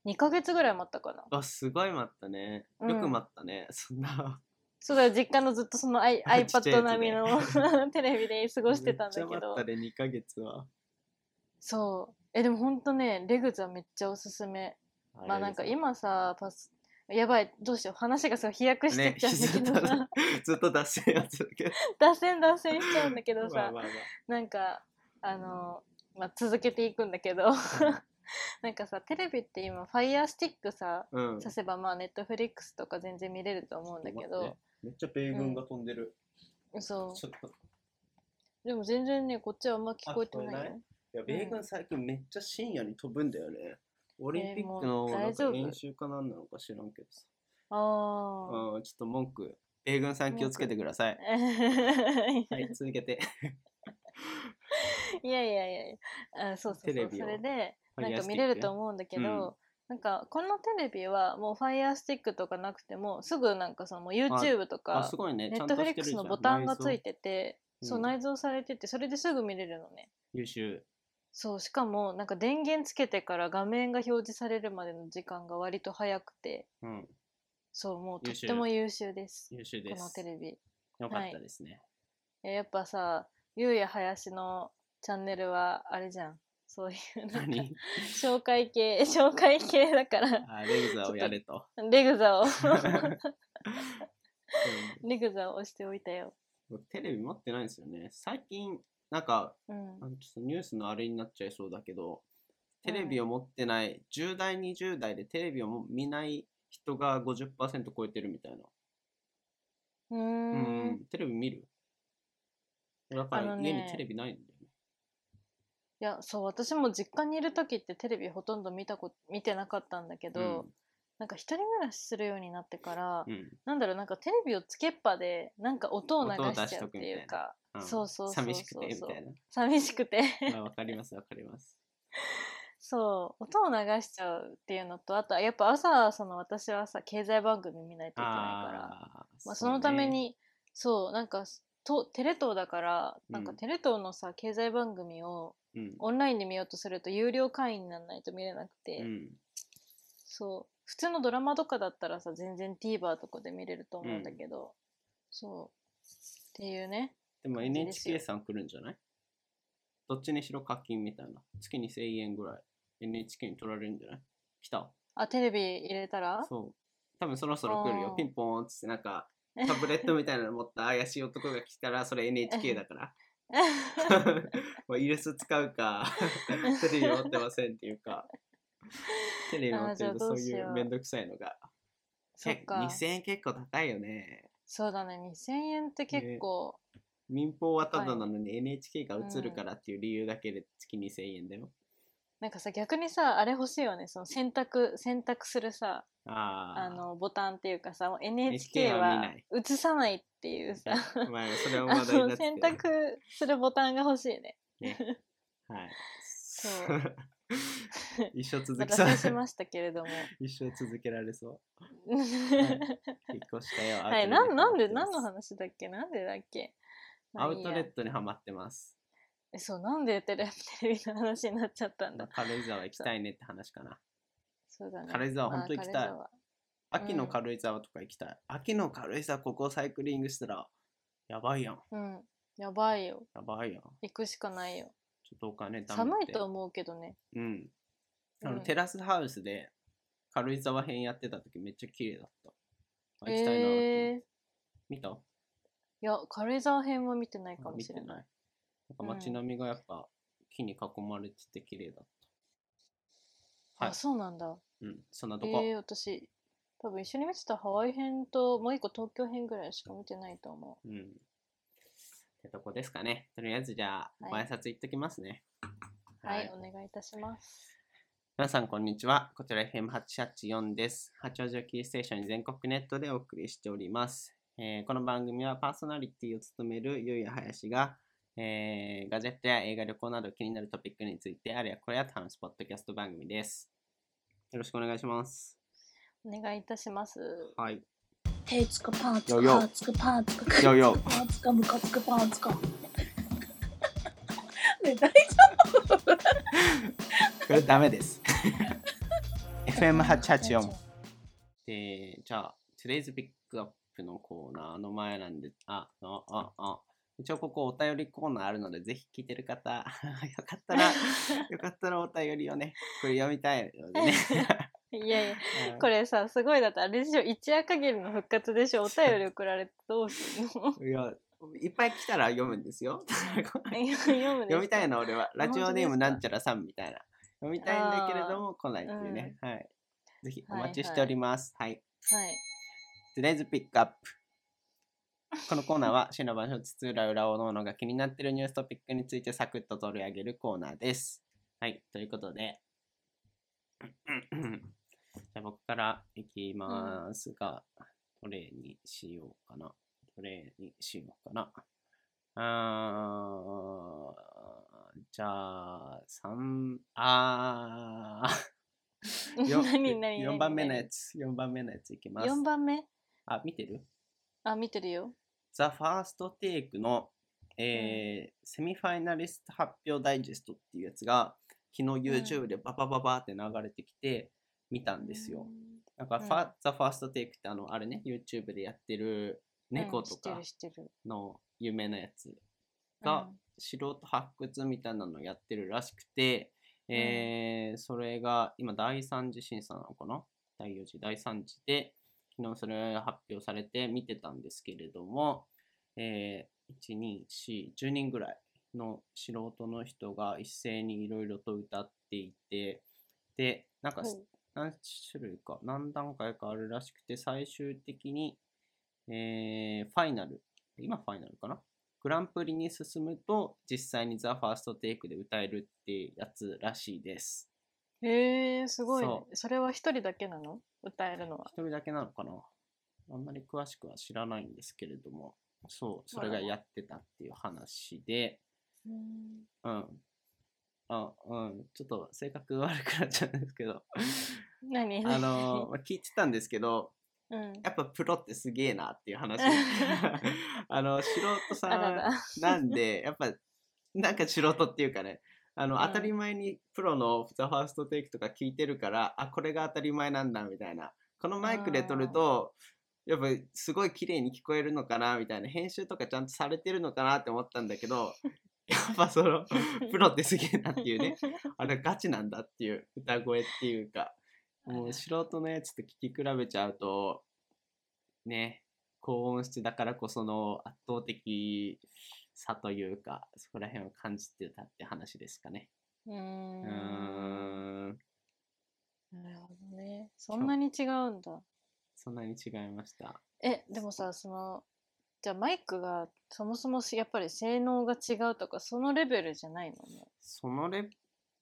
[SPEAKER 2] 2ヶ月ぐらい待ったかな
[SPEAKER 1] あすごい待ったね
[SPEAKER 2] うん
[SPEAKER 1] よく待ったねそんな
[SPEAKER 2] そうだよ実家のずっとその I
[SPEAKER 1] あちっちゃいやつね
[SPEAKER 2] iPad 並みのテレビで過ごしてたんだ
[SPEAKER 1] めっち
[SPEAKER 2] け
[SPEAKER 1] ゃ
[SPEAKER 2] ど
[SPEAKER 1] 待ったね2ヶ月は
[SPEAKER 2] そうえでもほんとねレグザめっちゃおすすめまあなんか
[SPEAKER 1] れです
[SPEAKER 2] 今さパスやばいどうしよう話がすごい飛躍してっちゃうんだけどさ、
[SPEAKER 1] ねずっと出せやつだけど
[SPEAKER 2] 脱線脱線しちゃうんだけどさ、
[SPEAKER 1] まあまあまあ
[SPEAKER 2] なんかあの、まあ、続けていくんだけどなんかさテレビって今ファイヤースティックさ
[SPEAKER 1] うん
[SPEAKER 2] させばまあネットフリックスとか全然見れると思うんだけど、
[SPEAKER 1] めっちゃ米軍が飛んでる、
[SPEAKER 2] そ
[SPEAKER 1] ちょっと
[SPEAKER 2] うでも全然ねこっちはあんま聞こえて
[SPEAKER 1] あ聞こ
[SPEAKER 2] な
[SPEAKER 1] え
[SPEAKER 2] い
[SPEAKER 1] な
[SPEAKER 2] よ
[SPEAKER 1] いや米軍最近めっちゃ深夜に飛ぶんだよねオリンピック
[SPEAKER 2] も
[SPEAKER 1] の
[SPEAKER 2] う
[SPEAKER 1] なん
[SPEAKER 2] 大
[SPEAKER 1] か
[SPEAKER 2] 丈夫
[SPEAKER 1] 練習かなんなのか知らんけどさ、
[SPEAKER 2] あ
[SPEAKER 1] うん、ちょっと文句米軍さん気をつけてください
[SPEAKER 2] あ、い
[SPEAKER 1] はい続け て
[SPEAKER 2] やいやいやいやあそうそ
[SPEAKER 1] テ
[SPEAKER 2] うそ
[SPEAKER 1] レ
[SPEAKER 2] う
[SPEAKER 1] ビを
[SPEAKER 2] それで
[SPEAKER 1] ファ
[SPEAKER 2] な
[SPEAKER 1] イ
[SPEAKER 2] ん
[SPEAKER 1] ヤー
[SPEAKER 2] か
[SPEAKER 1] スティック
[SPEAKER 2] 見れると思うんだけど、
[SPEAKER 1] うん
[SPEAKER 2] なんかこのテレビはもうファイヤースティックとかなくてもすぐなんかそのもう YouTube と
[SPEAKER 1] あ
[SPEAKER 2] か
[SPEAKER 1] すごいね
[SPEAKER 2] ネ
[SPEAKER 1] ちゃ
[SPEAKER 2] ッ
[SPEAKER 1] んと
[SPEAKER 2] ト
[SPEAKER 1] し
[SPEAKER 2] フ
[SPEAKER 1] てる
[SPEAKER 2] リック
[SPEAKER 1] じ
[SPEAKER 2] ス
[SPEAKER 1] ゃん
[SPEAKER 2] のボタンがつい
[SPEAKER 1] 内
[SPEAKER 2] てて、
[SPEAKER 1] うん
[SPEAKER 2] そう内蔵されててそれですぐ見れるのね
[SPEAKER 1] 蔵優秀
[SPEAKER 2] そうしかもなんか電源つけてから画面が表示されるまでの時間が割と早くて
[SPEAKER 1] うん
[SPEAKER 2] そう、もうと
[SPEAKER 1] 優
[SPEAKER 2] っ
[SPEAKER 1] 秀
[SPEAKER 2] ても優秀です。
[SPEAKER 1] 優秀で
[SPEAKER 2] この
[SPEAKER 1] す
[SPEAKER 2] テ。レビ。
[SPEAKER 1] よかったですね。
[SPEAKER 2] えやっぱさ、ゆうや林のチャンネルはあれじゃん。そうい うなんか
[SPEAKER 1] 何
[SPEAKER 2] 紹介系、 紹介系だ から、
[SPEAKER 1] あレグザをやれと。
[SPEAKER 2] レグ ザを、
[SPEAKER 1] うん
[SPEAKER 2] レグザを押しておいたよ。
[SPEAKER 1] 僕テレビ持ってないんですよね。最近、なんか、
[SPEAKER 2] うん
[SPEAKER 1] あ。のちょっとニュースのあれになっちゃいそうだけど、テレビを持ってない、10代、20代でテレビをも見ない人が50%超えてるみたいな。
[SPEAKER 2] うー。
[SPEAKER 1] うん
[SPEAKER 2] い
[SPEAKER 1] ん、テレビ見るだか
[SPEAKER 2] あ
[SPEAKER 1] ら
[SPEAKER 2] の
[SPEAKER 1] 家
[SPEAKER 2] ね
[SPEAKER 1] にテレビないんだよね。
[SPEAKER 2] や、そう、私も実家にいる時ってテレビほとんど見たこ、見てなかったんだけど、なんか一人暮らしするようになってから、
[SPEAKER 1] うんうん
[SPEAKER 2] なんだろう、なんかテレビをつけっぱで、なんか音を流
[SPEAKER 1] 音を出
[SPEAKER 2] し
[SPEAKER 1] し
[SPEAKER 2] ちゃ
[SPEAKER 1] と
[SPEAKER 2] う
[SPEAKER 1] く
[SPEAKER 2] って
[SPEAKER 1] みたいな
[SPEAKER 2] いうか、
[SPEAKER 1] うん
[SPEAKER 2] そうそうそうそうそう
[SPEAKER 1] 寂しくてみたい
[SPEAKER 2] 寂しくて。
[SPEAKER 1] な。あわかりますわかり ます。
[SPEAKER 2] そう音を流しちゃうっていうのとあとはやっぱ朝その私はさ経済番組見ないといけないから
[SPEAKER 1] ああー、
[SPEAKER 2] まあ、そのため
[SPEAKER 1] ね。
[SPEAKER 2] にそう,、なんかとテレ東だからなんか
[SPEAKER 1] うん
[SPEAKER 2] テレ東のさ経済番組を
[SPEAKER 1] うん。
[SPEAKER 2] オンラインで見ようとすると有料会員にならないと見れなくて、
[SPEAKER 1] うん
[SPEAKER 2] そう普通のドラマとかだったらさ全然 TVer とかで見れると思うんだけど、そうっていうね
[SPEAKER 1] でも
[SPEAKER 2] 感じですよ
[SPEAKER 1] NHK さん来るんじゃないどっちにしろ課金みたいな。月に1000円ぐらい NHK に取られるんじゃない来た。
[SPEAKER 2] あテレビ入れたら
[SPEAKER 1] そう。多分そろそろ来る
[SPEAKER 2] あ
[SPEAKER 1] よ
[SPEAKER 2] ー。
[SPEAKER 1] ピンポーンっつってなんかタブレットみたいなの持った怪しい男が来たらそれ NHK だ から。 もうイルス使うかテレビ持ってませんっていうかテレビ持ってると
[SPEAKER 2] あーじゃあど
[SPEAKER 1] そうう
[SPEAKER 2] し
[SPEAKER 1] い
[SPEAKER 2] よう
[SPEAKER 1] うめんどくさいのが
[SPEAKER 2] そっ
[SPEAKER 1] け
[SPEAKER 2] か
[SPEAKER 1] 2000円結構高いよね
[SPEAKER 2] そうだね2000円って結
[SPEAKER 1] ね
[SPEAKER 2] 構、
[SPEAKER 1] 民放はただなのに NHK が映るからっていう理由だけで月2000円だよ、
[SPEAKER 2] なんかさ逆にさあれ欲しいよねその選択選択するさ
[SPEAKER 1] ああ
[SPEAKER 2] あのボタンっていうかさもう NHK
[SPEAKER 1] NHK は見
[SPEAKER 2] は
[SPEAKER 1] ない
[SPEAKER 2] 映さないっていう さ
[SPEAKER 1] まあそれは
[SPEAKER 2] あ
[SPEAKER 1] 話題にな
[SPEAKER 2] の
[SPEAKER 1] って
[SPEAKER 2] 選
[SPEAKER 1] る
[SPEAKER 2] 択するボタンが欲しいね
[SPEAKER 1] ねはい
[SPEAKER 2] そう
[SPEAKER 1] 一生続
[SPEAKER 2] ま
[SPEAKER 1] き
[SPEAKER 2] た
[SPEAKER 1] そ
[SPEAKER 2] 脱線し
[SPEAKER 1] う
[SPEAKER 2] ましたけれども
[SPEAKER 1] 一生続けられ そう
[SPEAKER 2] は
[SPEAKER 1] 引っ越したよ
[SPEAKER 2] いなんなんで
[SPEAKER 1] アウトレットになってま
[SPEAKER 2] 何の
[SPEAKER 1] す
[SPEAKER 2] 話だっけなんでだっけま
[SPEAKER 1] ア
[SPEAKER 2] あい
[SPEAKER 1] ウ
[SPEAKER 2] い
[SPEAKER 1] ト
[SPEAKER 2] や
[SPEAKER 1] レットにはまってます
[SPEAKER 2] えそうなんでテレテレビの話になっちゃったんだ
[SPEAKER 1] 軽井沢行きたいねって話かな
[SPEAKER 2] そうだね
[SPEAKER 1] 軽井沢
[SPEAKER 2] まあ
[SPEAKER 1] 本当行きたい
[SPEAKER 2] 軽井沢沢
[SPEAKER 1] 秋の
[SPEAKER 2] うん
[SPEAKER 1] 軽井沢とか行きたい、秋の軽井沢ここサイクリングしたらやばいやん
[SPEAKER 2] うんやばいよ
[SPEAKER 1] やばいやんちょ
[SPEAKER 2] 行くしかないよ
[SPEAKER 1] っとお金貯めて
[SPEAKER 2] 寒いと思うけどね
[SPEAKER 1] うんあの、
[SPEAKER 2] うん
[SPEAKER 1] テラスハウスで軽井沢編やってた時めっちゃ綺麗だったあ行きたいなって、
[SPEAKER 2] えー
[SPEAKER 1] 見た
[SPEAKER 2] いや、軽井沢編は見てないかも
[SPEAKER 1] 見
[SPEAKER 2] し
[SPEAKER 1] て
[SPEAKER 2] れない。
[SPEAKER 1] ないなんか街並みがやっぱ木に囲まれてて綺麗だっはい
[SPEAKER 2] あ、そうなんだ。
[SPEAKER 1] たうんそんなと
[SPEAKER 2] え
[SPEAKER 1] こ、
[SPEAKER 2] えー、私、多分一緒に見てたハワイ編と、もう一個東京編ぐらいしか見てないと思
[SPEAKER 1] うんってとこですかねとりあえずじゃあ、
[SPEAKER 2] はい
[SPEAKER 1] ご挨拶行っときますね
[SPEAKER 2] う。はい、お願いいたします。
[SPEAKER 1] 皆さん、こんにちは。こちら FM884 です。八王子をキーステーションに全国ネットでお送りしております。えーこの番組はパーソナリティを務めるゆうやはやしが、えーガジェットや映画、旅行など気になるトピックについて、あるいはこれや楽しいポッドキャスト番組です。よろしくお願いします。
[SPEAKER 2] お願いいたします。
[SPEAKER 1] はい。
[SPEAKER 3] 手つかパーつか
[SPEAKER 1] Yo, yo.
[SPEAKER 3] パーつかパーつかパ
[SPEAKER 1] よよ。
[SPEAKER 3] ーつかムカつかパーつか。 ね大
[SPEAKER 1] これダメです。
[SPEAKER 3] 丈
[SPEAKER 1] FM884
[SPEAKER 3] 夫。。
[SPEAKER 1] で、じゃあ、Today's Pick Up のコーナーの前なんで、あ、あ、あ、あ、一応ここお便りコーナーあるので、ぜひ聞いてる方、 よかった ら、よかったらお便りをね、これ読みたいのでね。
[SPEAKER 2] いやいや、 これさ、すごいだって、あれでしょ、一夜限りの復活でしょ、お便り送られてどうす んの
[SPEAKER 1] れ。いや、いっぱい来たら読むんです よ。
[SPEAKER 2] 読むでしょ
[SPEAKER 1] 読みたいの、俺は。ラジオネームな
[SPEAKER 2] 本当ですか
[SPEAKER 1] んちゃらさんみたいな。読みたいんだけれども、来ないっていうね。はい。ぜひお待ちしております。はい。
[SPEAKER 2] はい。
[SPEAKER 1] Today's Pick Up このコーナーは市の場所津々浦々おのおのが気になっているニューストピックについてサクッと取り上げるコーナーですはいということでじゃあ僕からいきますが、どれにしようかなどれにしようかなあーじゃあ3あーよ
[SPEAKER 2] 何何
[SPEAKER 1] 4番目の
[SPEAKER 2] 何
[SPEAKER 1] やつ4番目のやついきます
[SPEAKER 2] 4番目
[SPEAKER 1] あ、見てる
[SPEAKER 2] あ、見てるよ。
[SPEAKER 1] ザ・ファーストテイクの、えーセミファイナリスト発表ダイジェストっていうやつが昨日 YouTube でババババって流れてきて、見たんですよ。なんかファ、
[SPEAKER 2] うん
[SPEAKER 1] The First Take ってあの、あれね、YouTube でやってる猫と
[SPEAKER 2] う
[SPEAKER 1] か
[SPEAKER 2] ん、知ってる知ってる
[SPEAKER 1] の有名なやつが、素人発掘みたいなのをやってるらしくて、
[SPEAKER 2] ん
[SPEAKER 1] えーそれが今第三次審査なのかな第4次第3次で昨日それが発表されて見てたんですけれども、えー、1241人ぐらいの素人の人が一斉にいろいろと歌っていてでなんか
[SPEAKER 2] うんほう
[SPEAKER 1] 何種類か何段階かあるらしくて最終的に、えーファイナル今ファイナルかなグランプリに進むと実際に「ザ・ファーストテイクで歌えるってやつらしいです
[SPEAKER 2] へえすごいね
[SPEAKER 1] そ
[SPEAKER 2] それは一人だけなの歌えるのは
[SPEAKER 1] 一人だけなのかなあんまり詳しくは知らないんですけれどもそうそれがやってたっていう話で
[SPEAKER 2] うん
[SPEAKER 1] うんあうんちょっと性格悪くなっちゃうんですけ ど
[SPEAKER 2] 何
[SPEAKER 1] あのまあ聞いてたんですけど
[SPEAKER 2] うん
[SPEAKER 1] やっぱプロってすげえなっていう 話あの素人さ
[SPEAKER 2] あら
[SPEAKER 1] ん
[SPEAKER 2] ら
[SPEAKER 1] なんでやっぱなんか素人っていうかねあの、
[SPEAKER 2] うん
[SPEAKER 1] 当たり前にプロの「ザファーストテイクとか聞いてるからあこれが当たり前なんだみたいなこのマイクで撮るとやっぱすごい綺麗に聞こえるのかなみたいな編集とかちゃんとされてるのかなって思ったんだけ どやっぱそのプロってすげえなっていうねあれガチなんだっていう歌声っていうかもう素人のやつと聞き比べちゃうとね高音質だからこその圧倒的さというかそこら辺を感じてたって話ですかね。
[SPEAKER 2] うー
[SPEAKER 1] うんーん
[SPEAKER 2] なるほどねそんなに違うんだ
[SPEAKER 1] そんなに違いました。
[SPEAKER 2] えでもさそのじゃあマイクがそもそもしやっぱり性能が違うとかそのレベルじゃないのね
[SPEAKER 1] そのレ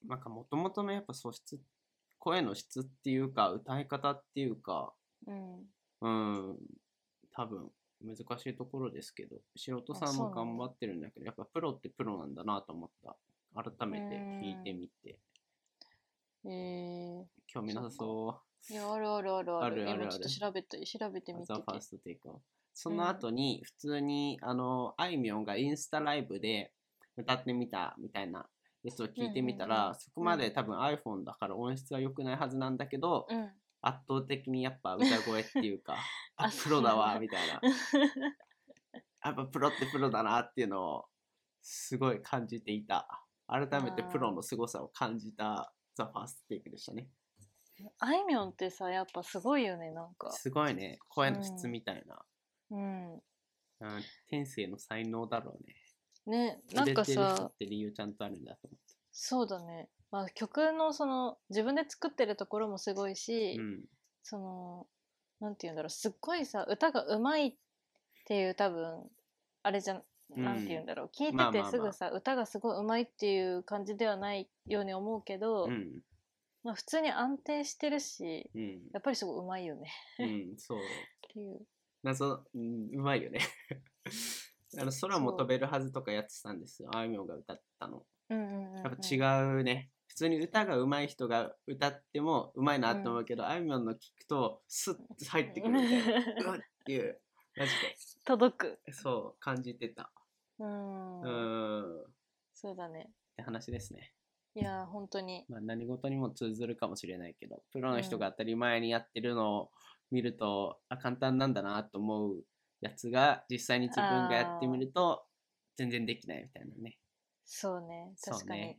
[SPEAKER 1] なんかもともとのやっぱ素質声の質っていうか歌い方っていうか
[SPEAKER 2] うん
[SPEAKER 1] うん多分難しいところですけど素人さんも
[SPEAKER 2] あそうなん
[SPEAKER 1] 頑
[SPEAKER 2] だ
[SPEAKER 1] 張ってるんだけどやっぱプロってプロなんだなと思った改めて聞いてみて
[SPEAKER 2] え
[SPEAKER 1] 興味なさそう。
[SPEAKER 2] ー、いやあるあるあるある
[SPEAKER 1] あるあるある
[SPEAKER 2] 今ちょっと調べて調べてみて
[SPEAKER 1] ザ・
[SPEAKER 2] て
[SPEAKER 1] ファーストテイクをその後に普通に、あのあいみょんがインスタライブで歌ってみたみたいなやつを聞いてみたら、
[SPEAKER 2] うんうんうん
[SPEAKER 1] そこまで多分 iPhone だから音質は良くないはずなんだけど、
[SPEAKER 2] うん
[SPEAKER 1] 圧倒的にやっぱ歌声っていうかあ
[SPEAKER 2] あ
[SPEAKER 1] プロだ
[SPEAKER 2] そうな
[SPEAKER 1] わ
[SPEAKER 2] んだ
[SPEAKER 1] みたい なやっぱプロってプロだなっていうのをすごい感じていた改めてプロの凄さを感じたザ・ファーストテイクでしたね
[SPEAKER 2] あいみょんってさやっぱすごいよねなんか
[SPEAKER 1] すごいね声の質
[SPEAKER 2] うん
[SPEAKER 1] みたいな、
[SPEAKER 2] うん
[SPEAKER 1] うん、天性の才能だろうね
[SPEAKER 2] ねなんか
[SPEAKER 1] 売れてる人
[SPEAKER 2] さ
[SPEAKER 1] って理由ちゃんとあるんだと思っ
[SPEAKER 2] そうだねまあ曲のその自分で作ってるところもすごい
[SPEAKER 1] て
[SPEAKER 2] し、
[SPEAKER 1] うん
[SPEAKER 2] そのなんて言うんだろうすっごいさ歌がうまいっていう多分あれじゃん、
[SPEAKER 1] うん
[SPEAKER 2] なんて言うんだろう聞
[SPEAKER 1] まあま
[SPEAKER 2] いて
[SPEAKER 1] あま
[SPEAKER 2] て
[SPEAKER 1] あ
[SPEAKER 2] すぐさ、歌がすごいうまいっていう感じではないように思うけど、
[SPEAKER 1] うん
[SPEAKER 2] まあ、普通に安定してるし
[SPEAKER 1] うん
[SPEAKER 2] やっぱりすごいうまいよね
[SPEAKER 1] うんそう
[SPEAKER 2] っていう
[SPEAKER 1] 謎うんうまいよね あの空も飛べるはずとかやってたんですよあいみょんが歌ったの
[SPEAKER 2] うんうんうん、うん、
[SPEAKER 1] やっぱ違うね普通に歌が上手い人が歌っても上手いなって思うけど、あいみょんの聞くとスッと入ってくるみ たいなうわっっていうマジ
[SPEAKER 2] 届く
[SPEAKER 1] でそう感じてた
[SPEAKER 2] うん
[SPEAKER 1] うーんっ
[SPEAKER 2] そうだね
[SPEAKER 1] て話ですね
[SPEAKER 2] いやー本当に
[SPEAKER 1] まあ、何事にも通ずるかもしれないけどプロの人が当たり前にやってるのを見ると、あ簡単なんだなと思うやつが実際に自分がやってみると全然できないみたいなね。
[SPEAKER 2] そうね
[SPEAKER 1] そう
[SPEAKER 2] 確かに、
[SPEAKER 1] ね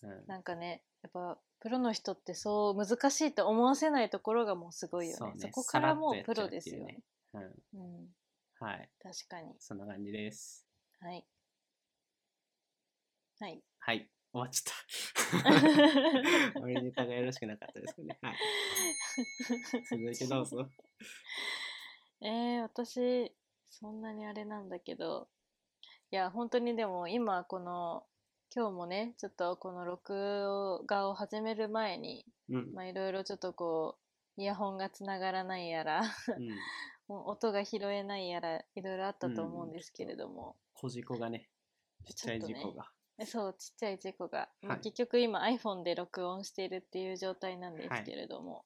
[SPEAKER 1] うん
[SPEAKER 2] なんかねやっぱプロの人ってそう難しいと思わせないところがもうすごいよね
[SPEAKER 1] そう
[SPEAKER 2] そ
[SPEAKER 1] ね
[SPEAKER 2] こからもう
[SPEAKER 1] さらっ
[SPEAKER 2] プ
[SPEAKER 1] とや
[SPEAKER 2] ロ
[SPEAKER 1] っちゃうって
[SPEAKER 2] です
[SPEAKER 1] いう
[SPEAKER 2] よ
[SPEAKER 1] ね
[SPEAKER 2] ね
[SPEAKER 1] うん
[SPEAKER 2] うん
[SPEAKER 1] はい
[SPEAKER 2] 確かに
[SPEAKER 1] そんな感じです。
[SPEAKER 2] はいはい
[SPEAKER 1] はい終わっちゃった。 俺ネタがよろしくなかったですかね。はい、続いてどうぞ。
[SPEAKER 2] えー、私そんなにあれなんだけどいや本当にでも今この今日もねちょっとこの録画を始める前に
[SPEAKER 1] うん
[SPEAKER 2] まあいろいろちょっとこうイヤホンがつながらないやら
[SPEAKER 1] うん、
[SPEAKER 2] もう音が拾えないやらいろいろあったと思
[SPEAKER 1] う
[SPEAKER 2] う
[SPEAKER 1] ん
[SPEAKER 2] んですけれども、
[SPEAKER 1] 小事故がねちっちゃい事
[SPEAKER 2] ちょ
[SPEAKER 1] 故
[SPEAKER 2] っと
[SPEAKER 1] が。
[SPEAKER 2] えそうちっちゃい事故が、まあ
[SPEAKER 1] はい
[SPEAKER 2] 結局今 iPhone で録音しているっていう状態なんです
[SPEAKER 1] はい
[SPEAKER 2] けれども、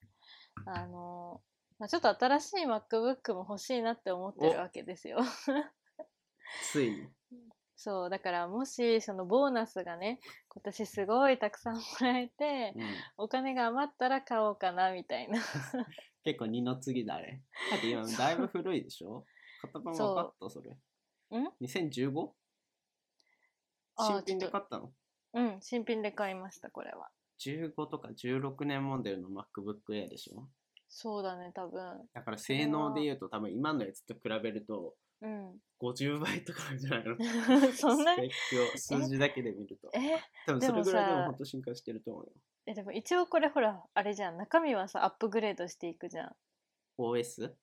[SPEAKER 2] あのーまあ、ちょっと新し い MacBook も欲しいなって思ってるわけですよ。
[SPEAKER 1] ついに
[SPEAKER 2] そうだからもしそのボーナスがね今年すごいたくさんもらえて
[SPEAKER 1] うん、
[SPEAKER 2] お金が余ったら買おうかなみたいな
[SPEAKER 1] 結構二の次だね。だって今だいぶ古いでしょ型番分かったそれ。
[SPEAKER 2] うん
[SPEAKER 1] ?2015?
[SPEAKER 2] あー
[SPEAKER 1] 新品
[SPEAKER 2] ち
[SPEAKER 1] で
[SPEAKER 2] ょっと
[SPEAKER 1] 買ったの
[SPEAKER 2] うん新品で買いましたこれは
[SPEAKER 1] ?15 とか16年モデルの MacBook Air でしょ
[SPEAKER 2] そうだね多分
[SPEAKER 1] だから性能で言うと多分今のやつと比べると
[SPEAKER 2] うん
[SPEAKER 1] 50倍とかなんじゃないの
[SPEAKER 2] そんな
[SPEAKER 1] スペックを数字だけで見ると。
[SPEAKER 2] え
[SPEAKER 1] 多分それぐらいで
[SPEAKER 2] で
[SPEAKER 1] も
[SPEAKER 2] もさ
[SPEAKER 1] 本当進化してると 思うよ。
[SPEAKER 2] えでも一応これほらあれじゃん中身はさアップグレードしていくじゃ
[SPEAKER 1] OS?
[SPEAKER 2] ん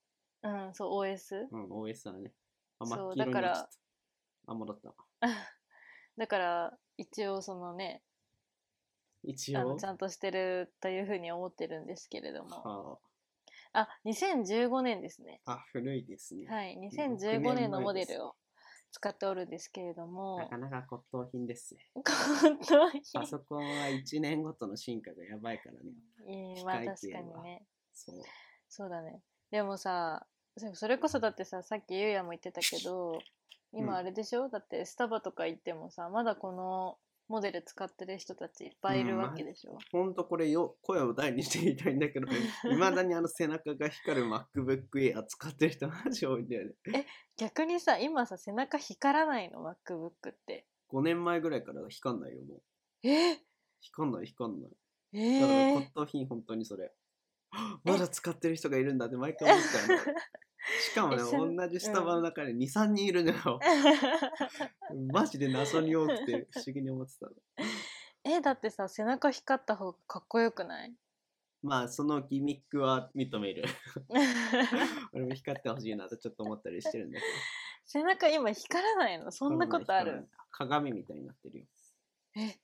[SPEAKER 2] うんそう OS
[SPEAKER 1] うん、OS だね。あ、
[SPEAKER 2] そ
[SPEAKER 1] 真っ黄色
[SPEAKER 2] う
[SPEAKER 1] に
[SPEAKER 2] だか
[SPEAKER 1] な
[SPEAKER 2] ら
[SPEAKER 1] っちゃった。あ、戻った。
[SPEAKER 2] だから一応そのね
[SPEAKER 1] 一
[SPEAKER 2] あ
[SPEAKER 1] 応
[SPEAKER 2] の。ちゃんとしてるというふうに思ってるんですけれども
[SPEAKER 1] は
[SPEAKER 2] あ2015年ですね
[SPEAKER 1] あ、あ、古いですね。
[SPEAKER 2] はい
[SPEAKER 1] 年
[SPEAKER 2] 2015年の
[SPEAKER 1] 前
[SPEAKER 2] モ
[SPEAKER 1] で
[SPEAKER 2] デ
[SPEAKER 1] す
[SPEAKER 2] ルを使っておるんですけれども
[SPEAKER 1] な かなか骨董品ですね。
[SPEAKER 2] 本当に
[SPEAKER 1] パソコンは1年ごとの進化がやばいからね。
[SPEAKER 2] いいまあ
[SPEAKER 1] 機
[SPEAKER 2] 確
[SPEAKER 1] 械
[SPEAKER 2] か
[SPEAKER 1] 系は
[SPEAKER 2] にね
[SPEAKER 1] そう。
[SPEAKER 2] そうだねでもさでもそれこそだってささっきゆうやも言ってたけど
[SPEAKER 1] うん
[SPEAKER 2] 今あれでしょ、だってスタバとか行ってもさまだこのモデル使ってる人たちいっぱいいるわけでしょ、
[SPEAKER 1] ほんとこれよ、声を大にして言いたいん だけど、いまだにあの背中が光る MacBook Air 使ってる人マジ多いんだよね。
[SPEAKER 2] 逆にさ今さ背中光らないの MacBook って
[SPEAKER 1] 5年前ぐらいから光んないよ、もう。
[SPEAKER 2] え
[SPEAKER 1] 光んない、光んない。
[SPEAKER 2] え
[SPEAKER 1] だから
[SPEAKER 2] ー
[SPEAKER 1] 骨、董品本当にそれ。 まだ使ってる人がいるんだって毎回思っちゃうんだ よしかも
[SPEAKER 2] えそ
[SPEAKER 1] ね、
[SPEAKER 2] ん
[SPEAKER 1] 同じスタバの中に2、3人いるの よ。マジで謎に多くて不思議に思ってたの。
[SPEAKER 2] えだってさ背中光った方がかっこよくない
[SPEAKER 1] まあそのギミックは認める。 俺も光ってほしいなとちょっと思ったりしてるんだけど。
[SPEAKER 2] 背中今光らないのそんなことある
[SPEAKER 1] 鏡みたいになってるよ。
[SPEAKER 2] え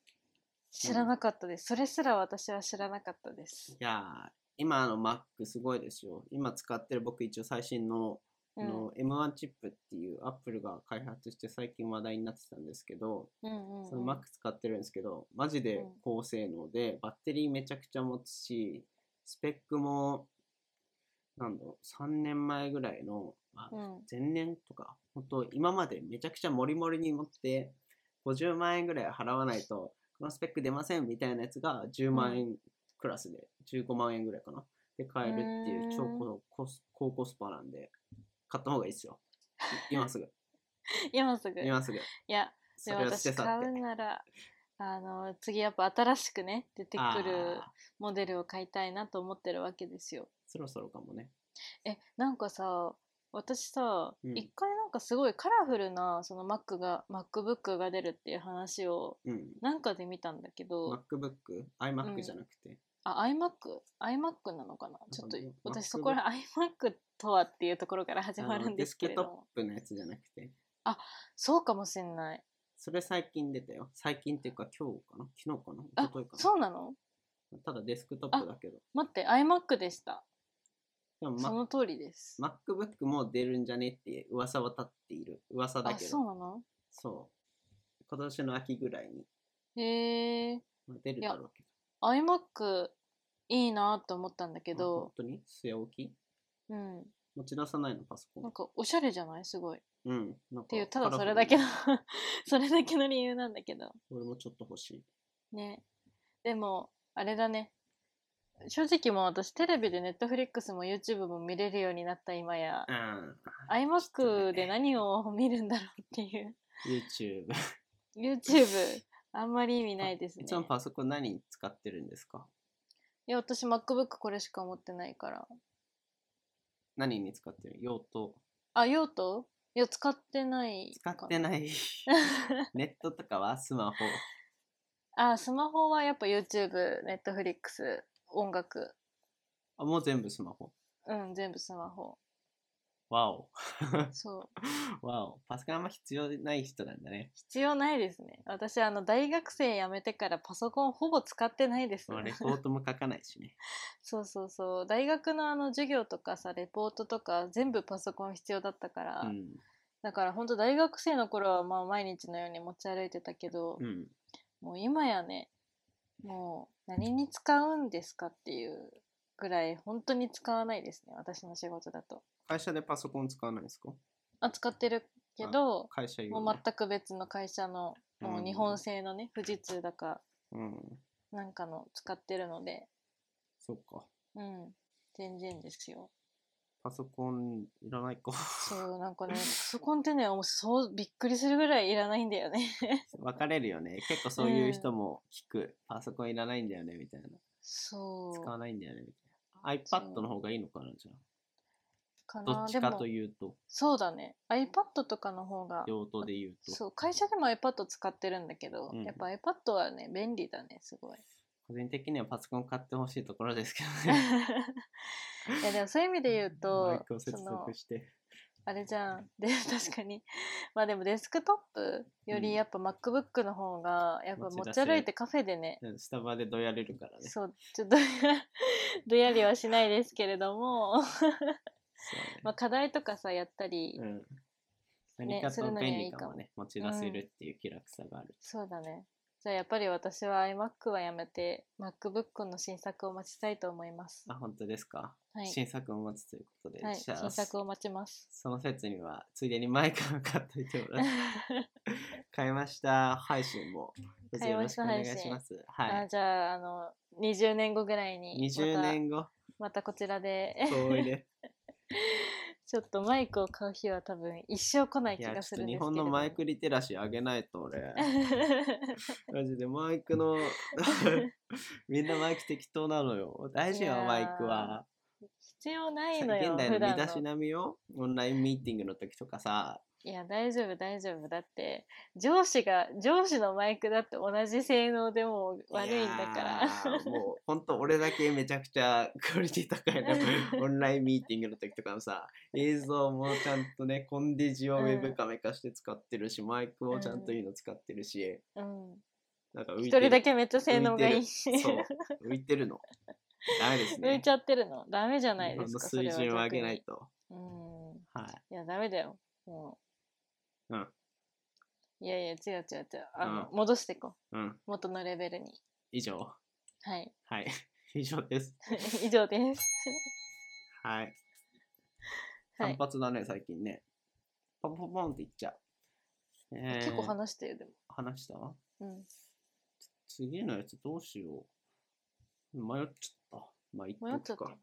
[SPEAKER 2] 知らなかったです、それすら私は知らなかったです
[SPEAKER 1] い、やー、今の Mac すごいですよ。今使ってる僕一応最新の,、
[SPEAKER 2] うん、
[SPEAKER 1] の M1 チップっていう Apple が開発して最近話題になってたんですけど、
[SPEAKER 2] うんうん
[SPEAKER 1] その Mac 使ってるんですけど、マジで高性能で、バッテリーめちゃくちゃ持つし、スペックも、なんだろう、3年前ぐらいの、まあ
[SPEAKER 2] うん
[SPEAKER 1] 前年とか、本当今までめちゃくちゃモリモリに持って、50万円ぐらい払わないと、このスペック出ませんみたいなやつが10万円クラスで、15万円ぐらいかな。で、買えるっていうう
[SPEAKER 2] ーん
[SPEAKER 1] 超高コス高コスパなんで、買った方がいいですよ。い今す ぐ、
[SPEAKER 2] 今すぐい
[SPEAKER 1] 今すぐ。
[SPEAKER 2] や
[SPEAKER 1] そ
[SPEAKER 2] で
[SPEAKER 1] れ
[SPEAKER 2] も
[SPEAKER 1] を捨
[SPEAKER 2] 私
[SPEAKER 1] て去
[SPEAKER 2] 買
[SPEAKER 1] っ
[SPEAKER 2] う
[SPEAKER 1] て。
[SPEAKER 2] ならあの次やっぱ新しくね出てくる
[SPEAKER 1] あー
[SPEAKER 2] モデルを買いたいなと思ってるわけですよ
[SPEAKER 1] そろそろかもね。
[SPEAKER 2] えなんかさ私さ、
[SPEAKER 1] うん
[SPEAKER 2] 一回なんかすごいカラフルなその Mac が MacBook が出るっていう話を
[SPEAKER 1] うん。
[SPEAKER 2] なんかで見たんだけど、
[SPEAKER 1] MacBook、
[SPEAKER 2] う
[SPEAKER 1] iMac
[SPEAKER 2] ん
[SPEAKER 1] じゃなくて、
[SPEAKER 2] あ iMac iMac なのかなちょっと
[SPEAKER 1] なんかね
[SPEAKER 2] 私
[SPEAKER 1] MacBook
[SPEAKER 2] そこら iMac とはっていうところから始
[SPEAKER 1] あ
[SPEAKER 2] まるん
[SPEAKER 1] のデ
[SPEAKER 2] で
[SPEAKER 1] ス
[SPEAKER 2] すけ
[SPEAKER 1] ク
[SPEAKER 2] れ
[SPEAKER 1] ト
[SPEAKER 2] ど
[SPEAKER 1] ッ
[SPEAKER 2] も
[SPEAKER 1] プのやつじゃなくて、
[SPEAKER 2] そうかもしんない
[SPEAKER 1] それ最近出たよ。最近っていうか今日かな昨日かな
[SPEAKER 2] あ
[SPEAKER 1] 一昨日かな
[SPEAKER 2] そうなの
[SPEAKER 1] ただデスクトップだけど。
[SPEAKER 2] 待って iMac でした
[SPEAKER 1] でも、
[SPEAKER 2] そ
[SPEAKER 1] ま、
[SPEAKER 2] の通りです。
[SPEAKER 1] MacBook も出るんじゃねって噂は立っている。噂だ
[SPEAKER 2] あ、
[SPEAKER 1] けど。
[SPEAKER 2] そ
[SPEAKER 1] そうう
[SPEAKER 2] なの
[SPEAKER 1] 今年の秋ぐらいに、
[SPEAKER 2] へえ。
[SPEAKER 1] まあ、出るだろうけ
[SPEAKER 2] iMac いいなと思ったんだけ
[SPEAKER 1] ど。あ本
[SPEAKER 2] ど、
[SPEAKER 1] 当に据え置き
[SPEAKER 2] うん。
[SPEAKER 1] 持ち出さないのパソコ
[SPEAKER 2] なん
[SPEAKER 1] ン。
[SPEAKER 2] かおしゃれじゃないすごい。っ
[SPEAKER 1] うん。なんか
[SPEAKER 2] ていう、ただそれだけの
[SPEAKER 1] カラフル、
[SPEAKER 2] それだけの理由なんだけど。
[SPEAKER 1] な。俺もちょっと欲しい。
[SPEAKER 2] ね。でも、あれだね。正直もう私テレビで Netflix も YouTube も見れるようになった今や、
[SPEAKER 1] あ
[SPEAKER 2] iMac で何を見るんだろうっていう。
[SPEAKER 1] あ、YouTube。
[SPEAKER 2] YouTube、あんまり意味ないですね
[SPEAKER 1] い。つもパソコン何に使ってるんですか
[SPEAKER 2] いや、私 MacBook これしか持ってないから。
[SPEAKER 1] 何に使ってる用途。
[SPEAKER 2] あ、用途いや、使ってない
[SPEAKER 1] 使っ
[SPEAKER 2] か
[SPEAKER 1] てない。 ネットとかはスマホ。
[SPEAKER 2] あ、スマホはやっぱ YouTube、Netflix、音楽。
[SPEAKER 1] あ、もう全部スマホ。
[SPEAKER 2] うん、全部スマホ。
[SPEAKER 1] わお。
[SPEAKER 2] そう。
[SPEAKER 1] わお。パソコンあんま必要ない人なんだね。
[SPEAKER 2] 必要ないですね。私、あの、大学生辞めてからパソコンほぼ使ってないです。
[SPEAKER 1] まあレポートも書かないしね。
[SPEAKER 2] そうそうそう。大学のあの、授業とかさ、レポートとか、全部パソコン必要だったから。
[SPEAKER 1] うん。
[SPEAKER 2] だから、本当大学生の頃は、まあ、毎日のように持ち歩いてたけど、
[SPEAKER 1] うん。
[SPEAKER 2] もう今やね、もう、何に使うんですかっていうぐらい、本当に使わないですね。私の仕事だと。
[SPEAKER 1] 会社でパソコン使わないんですか
[SPEAKER 2] あ、使ってるけど、
[SPEAKER 1] 会社用
[SPEAKER 2] も
[SPEAKER 1] の
[SPEAKER 2] う全く別の会社の、もう日本製のね、富士通だか
[SPEAKER 1] うん。
[SPEAKER 2] なんかの使ってるので、
[SPEAKER 1] そっか。
[SPEAKER 2] うん、全然ですよ。
[SPEAKER 1] パソコンいらないか。
[SPEAKER 2] そう、なんかね、パソコンってね、もうそう、びっくりするぐらいいらないんだよね。
[SPEAKER 1] 分かれるよね。結構そういう人も聞く。パソコンいらないんだよね、みたいな。
[SPEAKER 2] そ
[SPEAKER 1] 使
[SPEAKER 2] う
[SPEAKER 1] わ。ないんだよね、みたいな。iPad の方がいいのかな、じゃ
[SPEAKER 2] か
[SPEAKER 1] あ。ど
[SPEAKER 2] な
[SPEAKER 1] っ
[SPEAKER 2] で
[SPEAKER 1] ちか
[SPEAKER 2] も
[SPEAKER 1] と、いうと、
[SPEAKER 2] そうだね。iPad とかの方が、
[SPEAKER 1] 用途で言うと。
[SPEAKER 2] そう、会社でも iPad 使ってるんだけど、
[SPEAKER 1] うん
[SPEAKER 2] やっぱ iPad はね、便利だね、す ごい。
[SPEAKER 1] 個人的にはパソコン買ってほしいところですけど ね。
[SPEAKER 2] いやでもそういう意味で言う
[SPEAKER 1] マ
[SPEAKER 2] と
[SPEAKER 1] イクを接
[SPEAKER 2] その
[SPEAKER 1] 続して。
[SPEAKER 2] あれじゃんで確かに まあでもデスクトップよ
[SPEAKER 1] うん
[SPEAKER 2] りやっぱ MacBook の方がやっぱ
[SPEAKER 1] 持
[SPEAKER 2] 持
[SPEAKER 1] ち出
[SPEAKER 2] ち
[SPEAKER 1] せ
[SPEAKER 2] 歩いてカフェでね
[SPEAKER 1] うんスタバでどやれるからね。
[SPEAKER 2] そうちょっと どやりはしないですけれども
[SPEAKER 1] そうね
[SPEAKER 2] まあ課題とかさやったり、
[SPEAKER 1] うん。何
[SPEAKER 2] ね
[SPEAKER 1] か
[SPEAKER 2] す
[SPEAKER 1] と
[SPEAKER 2] るのに
[SPEAKER 1] 便
[SPEAKER 2] はい
[SPEAKER 1] 利
[SPEAKER 2] い
[SPEAKER 1] かも
[SPEAKER 2] か
[SPEAKER 1] ね、持ち出せるっていう気楽さがある。
[SPEAKER 2] そうだねじゃあやっぱり私は iMac はやめて MacBook の新作を待ちたいと思います
[SPEAKER 1] あ、本当ですか、
[SPEAKER 2] はい、
[SPEAKER 1] 新作を待つということで、
[SPEAKER 2] はい、
[SPEAKER 1] じゃあ
[SPEAKER 2] 新作を待ちます
[SPEAKER 1] その説には、ついでに前から買っといてもらって、買いました配信も、どうぞ
[SPEAKER 2] 買い
[SPEAKER 1] よろ
[SPEAKER 2] ま
[SPEAKER 1] し
[SPEAKER 2] し
[SPEAKER 1] く
[SPEAKER 2] た
[SPEAKER 1] お願い
[SPEAKER 2] 配信
[SPEAKER 1] します。は
[SPEAKER 2] あ
[SPEAKER 1] い。
[SPEAKER 2] じゃああの20年後ぐらいにま
[SPEAKER 1] 20
[SPEAKER 2] た
[SPEAKER 1] 年後、
[SPEAKER 2] またこちらで
[SPEAKER 1] 遠い ね。
[SPEAKER 2] ちょっとマイクを買う日は多分一生来ない
[SPEAKER 1] い
[SPEAKER 2] 気
[SPEAKER 1] や、
[SPEAKER 2] が
[SPEAKER 1] ち
[SPEAKER 2] す
[SPEAKER 1] ょっと
[SPEAKER 2] るんですけれ
[SPEAKER 1] 日
[SPEAKER 2] ども
[SPEAKER 1] 本のマイクリテラシー上げないと俺、マジでマイクの、 みんなマイク適当なのよ。大事よ、
[SPEAKER 2] いやー
[SPEAKER 1] マイクは。
[SPEAKER 2] 必要ない
[SPEAKER 1] 現
[SPEAKER 2] のよ
[SPEAKER 1] 代
[SPEAKER 2] 普
[SPEAKER 1] の
[SPEAKER 2] 段
[SPEAKER 1] 身だし
[SPEAKER 2] の
[SPEAKER 1] なみをオンラインミーティングの時とかさ、
[SPEAKER 2] いや大丈夫大丈夫だって上司が上司のマイクだって同じ性能でもう悪いんだから
[SPEAKER 1] いやーもう本当俺だけめちゃくちゃクオリティ高い なオンラインミーティングの時とかもさ映像もちゃんとねコンデジをウェブカメ化して使ってるし、マイクをちゃんといいの使ってるし、
[SPEAKER 2] うん
[SPEAKER 1] なんか浮
[SPEAKER 2] 一
[SPEAKER 1] いてる
[SPEAKER 2] 人だけめっちゃ性能がいい
[SPEAKER 1] そう浮いてるのダメですね
[SPEAKER 2] 浮いちゃってるのダメじゃない
[SPEAKER 1] 日
[SPEAKER 2] で
[SPEAKER 1] 本
[SPEAKER 2] す
[SPEAKER 1] の
[SPEAKER 2] かそれ
[SPEAKER 1] 水
[SPEAKER 2] は
[SPEAKER 1] 準を上げない
[SPEAKER 2] 逆
[SPEAKER 1] と
[SPEAKER 2] にうん
[SPEAKER 1] はい
[SPEAKER 2] や、ダメだよ。もう。
[SPEAKER 1] うん。
[SPEAKER 2] いやいや、違う違う違う。あの、
[SPEAKER 1] う
[SPEAKER 2] 戻していこ
[SPEAKER 1] いうん
[SPEAKER 2] う。元のレベルに。
[SPEAKER 1] 以上
[SPEAKER 2] はい。
[SPEAKER 1] はい 以上です
[SPEAKER 2] 以上です。
[SPEAKER 1] はい
[SPEAKER 2] は
[SPEAKER 1] 単
[SPEAKER 2] い。
[SPEAKER 1] 発だね、最近ね。ポンポンポンっていっちゃう。えー
[SPEAKER 2] 結構話してる、でも。
[SPEAKER 1] 話した
[SPEAKER 2] うん。
[SPEAKER 1] 次のやつどうしよう。迷っちゃった。まあ、言
[SPEAKER 2] 迷っ
[SPEAKER 1] っ
[SPEAKER 2] ち
[SPEAKER 1] と
[SPEAKER 2] ゃっ
[SPEAKER 1] くか
[SPEAKER 2] た。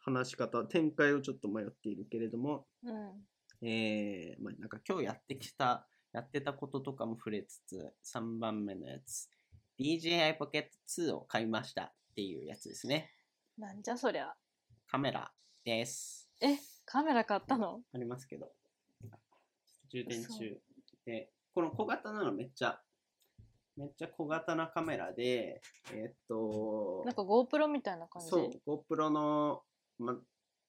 [SPEAKER 1] 話し方、展開をちょっと迷っているけれども、
[SPEAKER 2] うん。
[SPEAKER 1] えー、まあ、なんか今日やってきた、やってたこととかも触れつつ、3番目のやつ。DJI Pocket 2を買いましたっていうやつですね。
[SPEAKER 2] なんじゃそりゃ。
[SPEAKER 1] カメラです。
[SPEAKER 2] え、カメラ買ったの
[SPEAKER 1] ありますけど。充電
[SPEAKER 2] 嘘
[SPEAKER 1] 中。で、この小型なのめっちゃ、めっちゃ小型なカメラで、えーっと
[SPEAKER 2] なん、か GoPro みたいな感 じ。
[SPEAKER 1] そう、GoPro の、ま、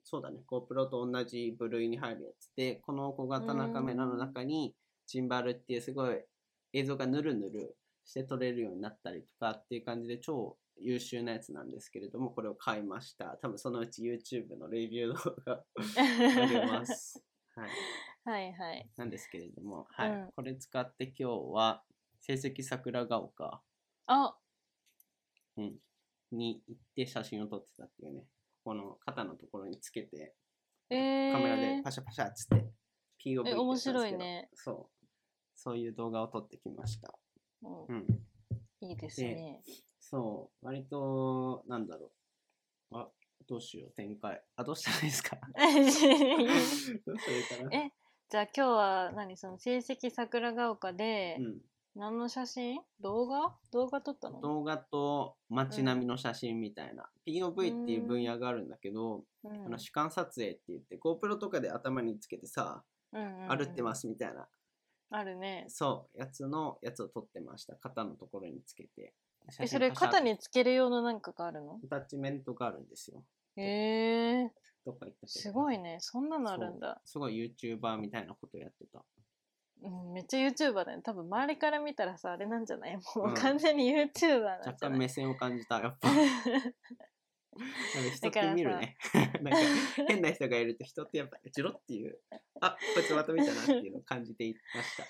[SPEAKER 1] そうだね、GoPro と同じ部類に入るやつで、この小型なカメラの中に、ジンバルっていうすごい映像がヌルヌルして撮れるようになったりとかっていう感じで超優秀なやつなんですけれども、これを買いました。多分そのうち YouTube のレビュー動画あげま す。はい。
[SPEAKER 2] はいはい。
[SPEAKER 1] なんですけれども、はい、
[SPEAKER 2] うん
[SPEAKER 1] これ使って今日は成績桜ヶ丘
[SPEAKER 2] あ、
[SPEAKER 1] に行って写真を撮ってたっていうね、この肩のところにつけて、
[SPEAKER 2] え
[SPEAKER 1] カメラで
[SPEAKER 2] ー
[SPEAKER 1] パ。シャパシャっつって POV って
[SPEAKER 2] え、
[SPEAKER 1] やつなん
[SPEAKER 2] 面
[SPEAKER 1] ですけど
[SPEAKER 2] 白いね。
[SPEAKER 1] そう。そういう動画を撮ってきました。
[SPEAKER 2] うん
[SPEAKER 1] う、ん。
[SPEAKER 2] いいですね。
[SPEAKER 1] そう。割と、なんだろう。あ、どうしよう、展開。あ、どうしたらいいです かどうしたらいいかな。
[SPEAKER 2] え、じゃあ今日は何その成績桜ヶ丘で、
[SPEAKER 1] うん、
[SPEAKER 2] 何の写真動画動画撮ったの
[SPEAKER 1] 動画と街並みの写真みたいな、POV っていう分野があるんだけど、
[SPEAKER 2] うん
[SPEAKER 1] あの主観撮影って言って GoPro とかで頭につけてさ
[SPEAKER 2] うんうん、
[SPEAKER 1] 歩ってますすみたいな、
[SPEAKER 2] あるね
[SPEAKER 1] そうやつのやつを撮ってました肩のところにつけて
[SPEAKER 2] えそれ
[SPEAKER 1] パシャ
[SPEAKER 2] 肩につける用のなんかがあるの
[SPEAKER 1] アタッチメントがあるんですよ
[SPEAKER 2] へえー、
[SPEAKER 1] どっか行ったけど
[SPEAKER 2] すごいねそんなのあるんだ
[SPEAKER 1] すごい YouTuber みたいなことやってた
[SPEAKER 2] うん、めっちゃ YouTuber だね多分周りから見たらさあれなんじゃないも
[SPEAKER 1] うん
[SPEAKER 2] う完全に YouTuber なんじ
[SPEAKER 1] 若
[SPEAKER 2] ゃ
[SPEAKER 1] 干
[SPEAKER 2] ない、
[SPEAKER 1] 目線を感じたやっ ぱなんか人って見るね なんか変な人がいると人ってやっぱジロっていうあこいつまた見たなっていうのを感じていました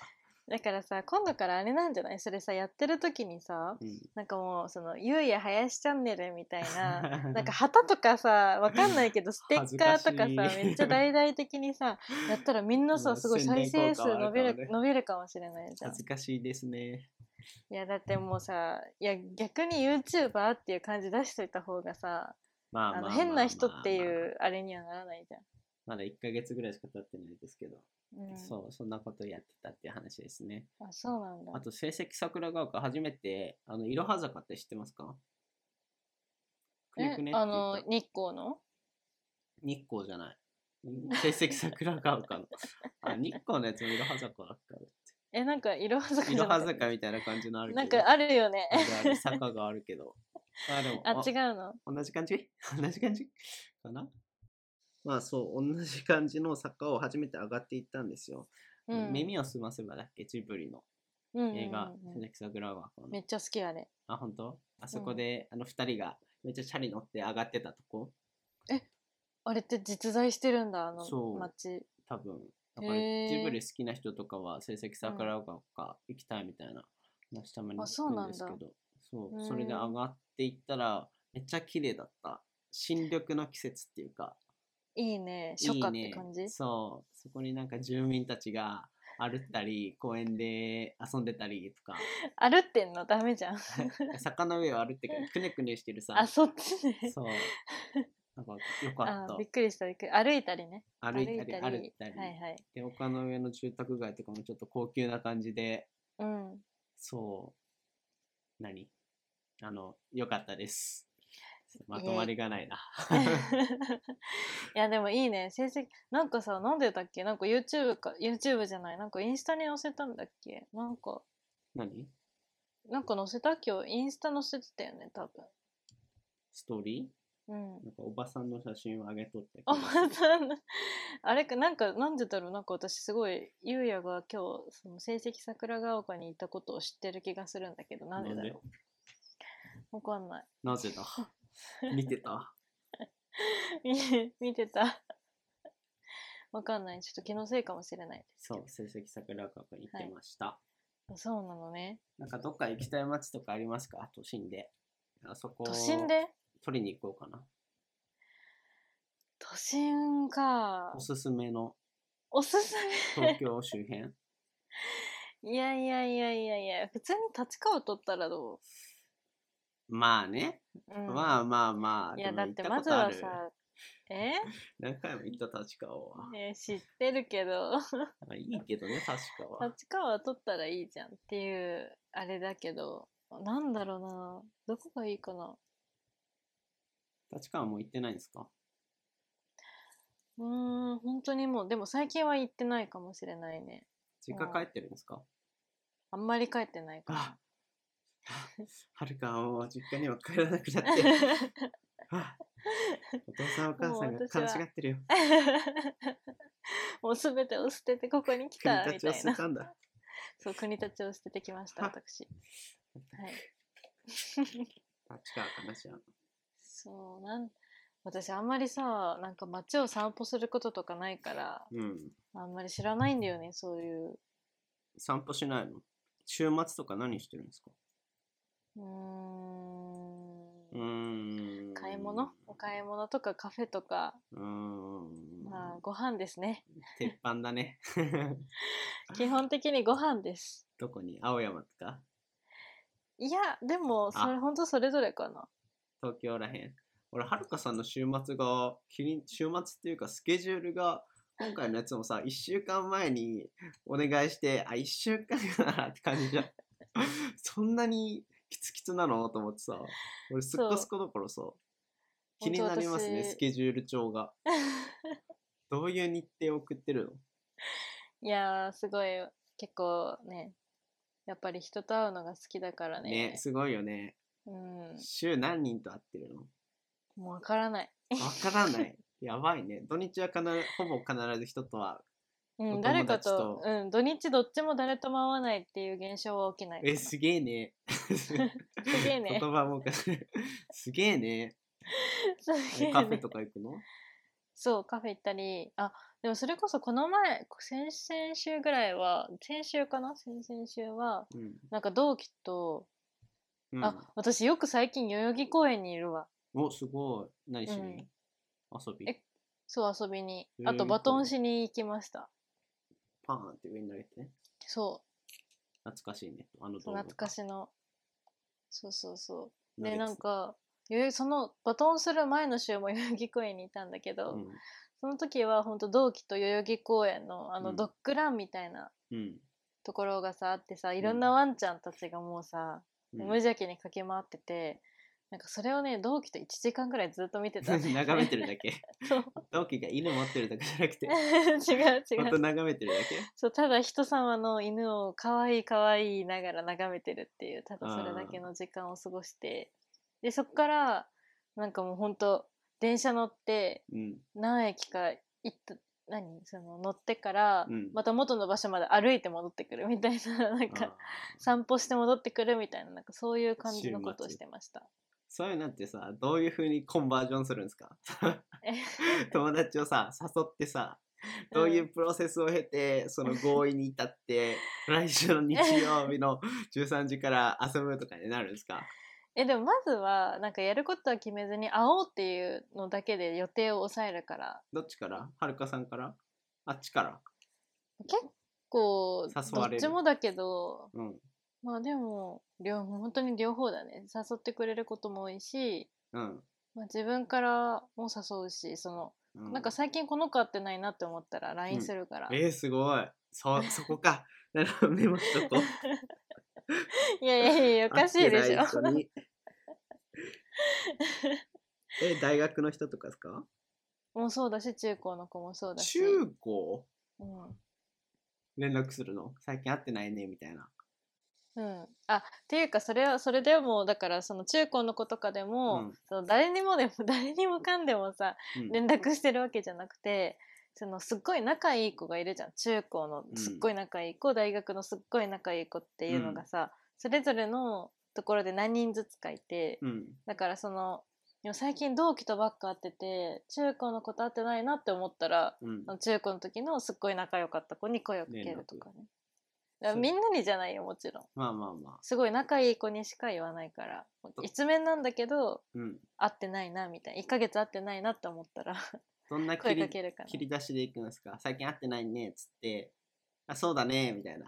[SPEAKER 2] だからさ今度からあれなんじゃないそれさやってる時にさ
[SPEAKER 1] うん
[SPEAKER 2] なんかもうその「ゆうやはやしチャンネル」みたいな なんか旗とかさわかんないけどステッカーとか
[SPEAKER 1] 恥ずか
[SPEAKER 2] さ
[SPEAKER 1] しい
[SPEAKER 2] めっちゃ大々的にさやったらみんな
[SPEAKER 1] う
[SPEAKER 2] さ
[SPEAKER 1] ん
[SPEAKER 2] すごい
[SPEAKER 1] 宣伝
[SPEAKER 2] 再生数
[SPEAKER 1] 効果はあ
[SPEAKER 2] 伸
[SPEAKER 1] るか
[SPEAKER 2] び
[SPEAKER 1] ら
[SPEAKER 2] る
[SPEAKER 1] ね
[SPEAKER 2] 伸びるかもしれないじゃん
[SPEAKER 1] 恥ずかしいですね。
[SPEAKER 2] いやだってもうさいや逆に YouTuber っていう感じ出しといた方がさ
[SPEAKER 1] まあま
[SPEAKER 2] あ
[SPEAKER 1] あまあま
[SPEAKER 2] の
[SPEAKER 1] あ
[SPEAKER 2] 変な人ってい
[SPEAKER 1] まあ
[SPEAKER 2] うあれにはならないじゃん
[SPEAKER 1] まだ1ヶ月ぐらいしか経ってないですけど、
[SPEAKER 2] うん
[SPEAKER 1] そう、そんなことやってたって話ですね。
[SPEAKER 2] あそうなんだ
[SPEAKER 1] あと、成績桜ヶ丘、初めて、あの、いろは坂って知ってますかくね
[SPEAKER 2] え
[SPEAKER 1] くねって
[SPEAKER 2] あ
[SPEAKER 1] 言った
[SPEAKER 2] の日光の
[SPEAKER 1] 日光じゃない。成績桜ヶ 丘の。あ、日光のやつもいろは坂だっ
[SPEAKER 2] えなんかいろは坂
[SPEAKER 1] た。
[SPEAKER 2] じ
[SPEAKER 1] い
[SPEAKER 2] ゃ
[SPEAKER 1] ろ
[SPEAKER 2] な
[SPEAKER 1] はい坂みたいな感じのあるけど。
[SPEAKER 2] なんかあるよね
[SPEAKER 1] あるある坂があるけ ど。あ、でも、
[SPEAKER 2] あ違うの
[SPEAKER 1] 同じ感じ 同じ感じかなまあそう、同じ感じの坂を初めて上がっていったんですよ。
[SPEAKER 2] うん
[SPEAKER 1] 耳を澄ませばだっけジブリの
[SPEAKER 2] うんうん
[SPEAKER 1] 映画
[SPEAKER 2] うん、う
[SPEAKER 1] セ
[SPEAKER 2] ん
[SPEAKER 1] レクサグラワーの
[SPEAKER 2] め。っちゃ好きあれ
[SPEAKER 1] あ、本当あそこで、あの二人がめっちゃチャリ乗って上がってたとこ、
[SPEAKER 2] あれって実在してるんだあの
[SPEAKER 1] そう
[SPEAKER 2] 街
[SPEAKER 1] 多分。だから
[SPEAKER 2] へー
[SPEAKER 1] ジブリ好きな人とかは成績桜丘か行きたいみたいな話たまに
[SPEAKER 2] あ
[SPEAKER 1] 聞
[SPEAKER 2] そう
[SPEAKER 1] く
[SPEAKER 2] なんん
[SPEAKER 1] で
[SPEAKER 2] だ
[SPEAKER 1] すけど、そうう、
[SPEAKER 2] ん
[SPEAKER 1] それで上がっていったらめっちゃ綺麗だった。新緑の季節っていうか、
[SPEAKER 2] いいね
[SPEAKER 1] い
[SPEAKER 2] 初夏っ
[SPEAKER 1] い
[SPEAKER 2] て
[SPEAKER 1] ね
[SPEAKER 2] 感じ
[SPEAKER 1] そうそこになんか住民たちが歩ったり公園で遊んでたりとか
[SPEAKER 2] 歩ってんの ダメじゃん
[SPEAKER 1] 坂の上を歩って くくねくねしてるさ
[SPEAKER 2] あそっちね
[SPEAKER 1] そうなんかよか
[SPEAKER 2] あ
[SPEAKER 1] っ
[SPEAKER 2] びっくりしたびっくり歩いたりね
[SPEAKER 1] た歩いたり歩いたり
[SPEAKER 2] はいはい
[SPEAKER 1] で丘の上の住宅街とかもちょっと高級な感じで
[SPEAKER 2] うん
[SPEAKER 1] そう何あのよかったですまとまりがないな
[SPEAKER 2] いやでもいいね成績なんかさなんでだっけなんか YouTube か YouTube じゃないなんかインスタに載せたんだっけなんか
[SPEAKER 1] 何
[SPEAKER 2] なんか載せた今日インスタ載せてたよね多
[SPEAKER 1] ストーリ
[SPEAKER 2] 分うん
[SPEAKER 1] ーなんかおばさんの写真をあげとって
[SPEAKER 2] あまたなあれかなんかなんでだろうなんか私すごいゆうやが今日その成績桜ヶ丘にいたことを知ってる気がするんだけど なんでだろうわかんない
[SPEAKER 1] なぜ だ見てた
[SPEAKER 2] 見 見てたわかんないちょっと気のせいかもしれないです
[SPEAKER 1] そ
[SPEAKER 2] けど
[SPEAKER 1] う、成績桜川に行ってました、
[SPEAKER 2] そうなのね
[SPEAKER 1] なんかどっか行きたい街とかありますか都心で。あそこ
[SPEAKER 2] 都心で
[SPEAKER 1] 取りに行こうかな。
[SPEAKER 2] 都心か
[SPEAKER 1] おすすめの
[SPEAKER 2] おすす
[SPEAKER 1] 東京周辺。
[SPEAKER 2] めいやいやいやいやいや普通に立川取ったらど
[SPEAKER 1] まあね、
[SPEAKER 2] う、うん、
[SPEAKER 1] まあまあまあ。
[SPEAKER 2] い
[SPEAKER 1] で
[SPEAKER 2] や
[SPEAKER 1] も
[SPEAKER 2] だっ
[SPEAKER 1] 行
[SPEAKER 2] て
[SPEAKER 1] た
[SPEAKER 2] ま
[SPEAKER 1] こ
[SPEAKER 2] ず
[SPEAKER 1] とあ
[SPEAKER 2] は
[SPEAKER 1] る
[SPEAKER 2] さえ
[SPEAKER 1] 何回も行った立川は。
[SPEAKER 2] え知ってるけど
[SPEAKER 1] まあいいけどね、立川は。
[SPEAKER 2] 立川取ったらいいじゃんっていうあれだけどなんだろうなどこがいいかな
[SPEAKER 1] 立川もう行ってないんですか
[SPEAKER 2] うーん本当にもうでも最近は行ってないかもしれないね
[SPEAKER 1] 実家帰ってるんですか
[SPEAKER 2] あんまり帰ってないか
[SPEAKER 1] あ
[SPEAKER 2] ら
[SPEAKER 1] はるかはもう実家には帰らなくなって。 あお父さんお母さん
[SPEAKER 2] も
[SPEAKER 1] が
[SPEAKER 2] う私は
[SPEAKER 1] 悲しがってるよ。
[SPEAKER 2] もうすべてを捨ててここに来
[SPEAKER 1] 君
[SPEAKER 2] た
[SPEAKER 1] た
[SPEAKER 2] み
[SPEAKER 1] ちを
[SPEAKER 2] たい
[SPEAKER 1] 捨て
[SPEAKER 2] な
[SPEAKER 1] たんだ。
[SPEAKER 2] そう国立を捨ててきました
[SPEAKER 1] は
[SPEAKER 2] 私はい
[SPEAKER 1] 立川かなじゃあ。
[SPEAKER 2] そうなん私あんまりさなんか街を散歩することとかないから
[SPEAKER 1] うん。
[SPEAKER 2] あんまり知らないんだよねそういう
[SPEAKER 1] 散歩しないの週末とか何してるんですか
[SPEAKER 2] うー
[SPEAKER 1] うんーん
[SPEAKER 2] 買い物お買い物とかカフェとか、
[SPEAKER 1] うーん
[SPEAKER 2] まあ、ご飯ですね
[SPEAKER 1] 鉄板だね
[SPEAKER 2] 基本的にご飯です
[SPEAKER 1] どこに青山とか
[SPEAKER 2] いやでもそれ本当それぞれかな
[SPEAKER 1] 東京らへん俺はるかさんの週末がキリン週末っていうかスケジュールが今回のやつもさ1週間前にお願いしてあ1週間かなって感じじゃん そんなにキツキツなのと思ってさ俺すっこすこどころさ気になりますね
[SPEAKER 2] 本当私
[SPEAKER 1] スケジュール帳 がどういう日程を送ってるの
[SPEAKER 2] いやーすごい結構ねやっぱり人と会うのが好きだからね
[SPEAKER 1] ね、すごいよね。
[SPEAKER 2] うん
[SPEAKER 1] 週何人と会ってるの
[SPEAKER 2] もうわからない、
[SPEAKER 1] わから ない。やばいね。土日は必ずほぼ必ず人と会
[SPEAKER 2] う
[SPEAKER 1] お
[SPEAKER 2] ん、誰
[SPEAKER 1] 友
[SPEAKER 2] か
[SPEAKER 1] 達
[SPEAKER 2] と
[SPEAKER 1] と。
[SPEAKER 2] うん、土日どっちも誰とも会わないっていう現象は起きないうか
[SPEAKER 1] え、
[SPEAKER 2] な
[SPEAKER 1] すげえね。すげ
[SPEAKER 2] え
[SPEAKER 1] 言
[SPEAKER 2] ね
[SPEAKER 1] 葉もおかしい。すげえね。
[SPEAKER 2] そう
[SPEAKER 1] えカフェとか行くの
[SPEAKER 2] そう、カフェ行ったり、あ、でもそれこそこの前、先々週ぐらいは、先週かな先々週は、
[SPEAKER 1] うん
[SPEAKER 2] なんか同期と、
[SPEAKER 1] うん、
[SPEAKER 2] あ、私よく最近代々木公園にいるわ。
[SPEAKER 1] おすごい何しに、
[SPEAKER 2] うん
[SPEAKER 1] 遊び
[SPEAKER 2] えそう、遊びに。あ
[SPEAKER 1] 代々木公
[SPEAKER 2] と、
[SPEAKER 1] 園
[SPEAKER 2] バトンしに行きました。
[SPEAKER 1] パーンって上に投げてね
[SPEAKER 2] そ
[SPEAKER 1] 懐かしいねあの
[SPEAKER 2] う、
[SPEAKER 1] 動画
[SPEAKER 2] 懐かしの。そうそうそう。
[SPEAKER 1] 投げ
[SPEAKER 2] で
[SPEAKER 1] て
[SPEAKER 2] なんか代々そのバトンする前の週も代々木公園にいたんだけ
[SPEAKER 1] う
[SPEAKER 2] ど、
[SPEAKER 1] ん
[SPEAKER 2] その時は本当同期と代々木公園のあ
[SPEAKER 1] う
[SPEAKER 2] の
[SPEAKER 1] ん
[SPEAKER 2] ドッグランみたいな
[SPEAKER 1] うん
[SPEAKER 2] ところがさあってさいろんなワンちゃんたちがもうさ、
[SPEAKER 1] うん
[SPEAKER 2] 無邪気に駆け回っててなんかそれをね同期と1時間ぐらいずっと 見てたんだよね
[SPEAKER 1] 眺めてるだけ
[SPEAKER 2] そう
[SPEAKER 1] 同期が犬持ってるだけじゃなくて
[SPEAKER 2] 違う 違
[SPEAKER 1] ほんと
[SPEAKER 2] う
[SPEAKER 1] 眺めてるだけ
[SPEAKER 2] そうただ人様の犬をかわいいかわいい言いながら眺めてるっていうただそれだけの時間を過ごしてでそこからなんかもう本当電車乗って
[SPEAKER 1] うん
[SPEAKER 2] 何駅か行った何その乗ってから、
[SPEAKER 1] うん
[SPEAKER 2] また元の場所まで歩いて戻ってくるみたいななん
[SPEAKER 1] あ
[SPEAKER 2] か
[SPEAKER 1] ー
[SPEAKER 2] 散歩して戻ってくるみたいななんかそういう感じのことを
[SPEAKER 1] 週末
[SPEAKER 2] してました
[SPEAKER 1] そういうのってさどういうふうにコンバージョンするんですか
[SPEAKER 2] え
[SPEAKER 1] 友達をさ誘ってさどういうプロセスを経て、その合意に至って 来週の日曜日の13時から遊ぶとかになるんですか
[SPEAKER 2] えでもまずはなんかやることは決めずに会おうっていうのだけで予定を抑えるから
[SPEAKER 1] どっちからはるかさんからあっちから
[SPEAKER 2] 結構
[SPEAKER 1] 誘
[SPEAKER 2] ど
[SPEAKER 1] わ
[SPEAKER 2] っ
[SPEAKER 1] れる
[SPEAKER 2] ちもだけど
[SPEAKER 1] うん
[SPEAKER 2] まあでも両本当に両方だね誘ってくれることも多いし、
[SPEAKER 1] うん、
[SPEAKER 2] まあ、自分からも誘うしその
[SPEAKER 1] う
[SPEAKER 2] なんか最近この子会ってないなって思ったら
[SPEAKER 1] うん
[SPEAKER 2] LINE するから、
[SPEAKER 1] えー、すごい そそこかなるほどメモしとこう
[SPEAKER 2] いやいやいや、おかしいでしょ
[SPEAKER 1] あ。来ない人にえ大学の人とかですか
[SPEAKER 2] もうそうだし、中高の子もそうだし。
[SPEAKER 1] 中高
[SPEAKER 2] うん。
[SPEAKER 1] 連絡するの最近会ってないねみたいな
[SPEAKER 2] うん、あっていうかそれはそれでもだからその中高の子とかでも、
[SPEAKER 1] うん
[SPEAKER 2] その誰にもでも 誰にもかんでもさ
[SPEAKER 1] うん
[SPEAKER 2] 連絡してるわけじゃなくてそのすっごい仲いい子がいるじゃん中高の
[SPEAKER 1] うん
[SPEAKER 2] すっごい仲いい子、大学のすっごい仲いい子っていうのがさ、それぞれのところで何人ずつかいて、
[SPEAKER 1] うん
[SPEAKER 2] だからそのでも最近同期とばっか会ってて中高の子と会ってないなって思ったら
[SPEAKER 1] うん
[SPEAKER 2] あの中高の時のすっごい仲良かった子に声をかけるとかねだから
[SPEAKER 1] そう
[SPEAKER 2] みんなにじゃないよもちろん
[SPEAKER 1] まあまあまあ
[SPEAKER 2] すごい仲いい子にしか言わないから
[SPEAKER 1] そう
[SPEAKER 2] 一面なんだけど
[SPEAKER 1] うん
[SPEAKER 2] 会ってないなみたいな1ヶ月会ってないなって思 ったら
[SPEAKER 1] どんな切
[SPEAKER 2] 声
[SPEAKER 1] り
[SPEAKER 2] かけるか
[SPEAKER 1] 切り出しでいくんですか最近会ってないねっつってあそうだねみたいな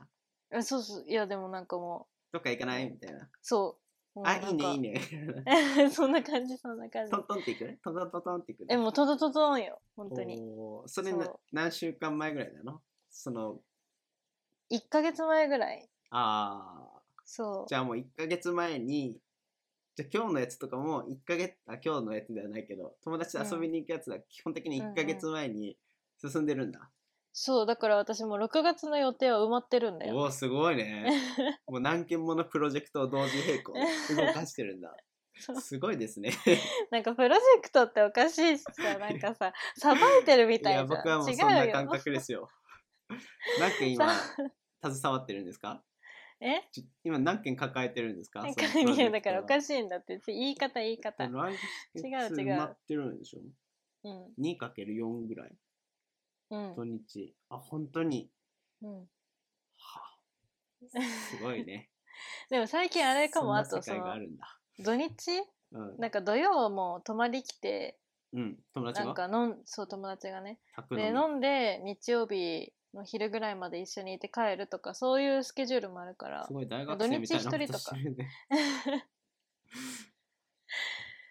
[SPEAKER 2] なえそうそういやでもなんかも
[SPEAKER 1] どっか行かないみたいな
[SPEAKER 2] うそうもう
[SPEAKER 1] あ
[SPEAKER 2] ない
[SPEAKER 1] い
[SPEAKER 2] んか
[SPEAKER 1] ねいいねみたいな
[SPEAKER 2] そんな感じそんな感じ
[SPEAKER 1] トントンっていくトントントントンっていく
[SPEAKER 2] えもうトドトドンよ本当に
[SPEAKER 1] おーそれな
[SPEAKER 2] そう
[SPEAKER 1] 何週間前ぐらいなのその
[SPEAKER 2] 1ヶ月前ぐらい
[SPEAKER 1] ああ
[SPEAKER 2] そう
[SPEAKER 1] じゃあもう1ヶ月前に、じゃあ今日のやつとかも1ヶ月、あ、今日のやつではないけど、友達と遊びに行くやつは基本的に1ヶ月前に進んでるんだ。
[SPEAKER 2] そうだから私もう6月の予定は埋まってるんだよ
[SPEAKER 1] おお、すごいね。もう何件ものプロジェクトを同時並行で動かしてるんだ。
[SPEAKER 2] そう
[SPEAKER 1] すごいですね。
[SPEAKER 2] なんかプロジェクトっておかしいしさなんか ささばいてるみ
[SPEAKER 1] い
[SPEAKER 2] たいじゃ
[SPEAKER 1] や、
[SPEAKER 2] ん
[SPEAKER 1] 僕はもうそんな
[SPEAKER 2] 違う
[SPEAKER 1] 感
[SPEAKER 2] よ
[SPEAKER 1] 覚ですよ。何件今
[SPEAKER 2] さ、
[SPEAKER 1] 携わってるんですか
[SPEAKER 2] え
[SPEAKER 1] ちょ今何件抱えてるんですか
[SPEAKER 2] なんかいやだからおか
[SPEAKER 1] しい。
[SPEAKER 2] しいんだって言い方言い方うん
[SPEAKER 1] 来
[SPEAKER 2] 違
[SPEAKER 1] 月
[SPEAKER 2] う
[SPEAKER 1] 埋まってるんでしょ
[SPEAKER 2] う
[SPEAKER 1] ?2×4 ぐらい。
[SPEAKER 2] ん
[SPEAKER 1] 土日あ本当に
[SPEAKER 2] うん
[SPEAKER 1] すごいね
[SPEAKER 2] でも最 近あれかもあ
[SPEAKER 1] そん
[SPEAKER 2] と
[SPEAKER 1] な世界
[SPEAKER 2] そ
[SPEAKER 1] があ
[SPEAKER 2] の
[SPEAKER 1] るんだ
[SPEAKER 2] 土日
[SPEAKER 1] うん、
[SPEAKER 2] なんか土曜も泊まり来て
[SPEAKER 1] うん、友達
[SPEAKER 2] なん
[SPEAKER 1] が
[SPEAKER 2] か飲んそう友達がね
[SPEAKER 1] 宅
[SPEAKER 2] で
[SPEAKER 1] 飲
[SPEAKER 2] 飲んで日曜日の昼ぐらいまで一緒にいて帰るとかそういうスケジュールもあるか
[SPEAKER 1] み
[SPEAKER 2] ら
[SPEAKER 1] すごい大学生みたいな
[SPEAKER 2] 土日一
[SPEAKER 1] ことと
[SPEAKER 2] 人か
[SPEAKER 1] してるね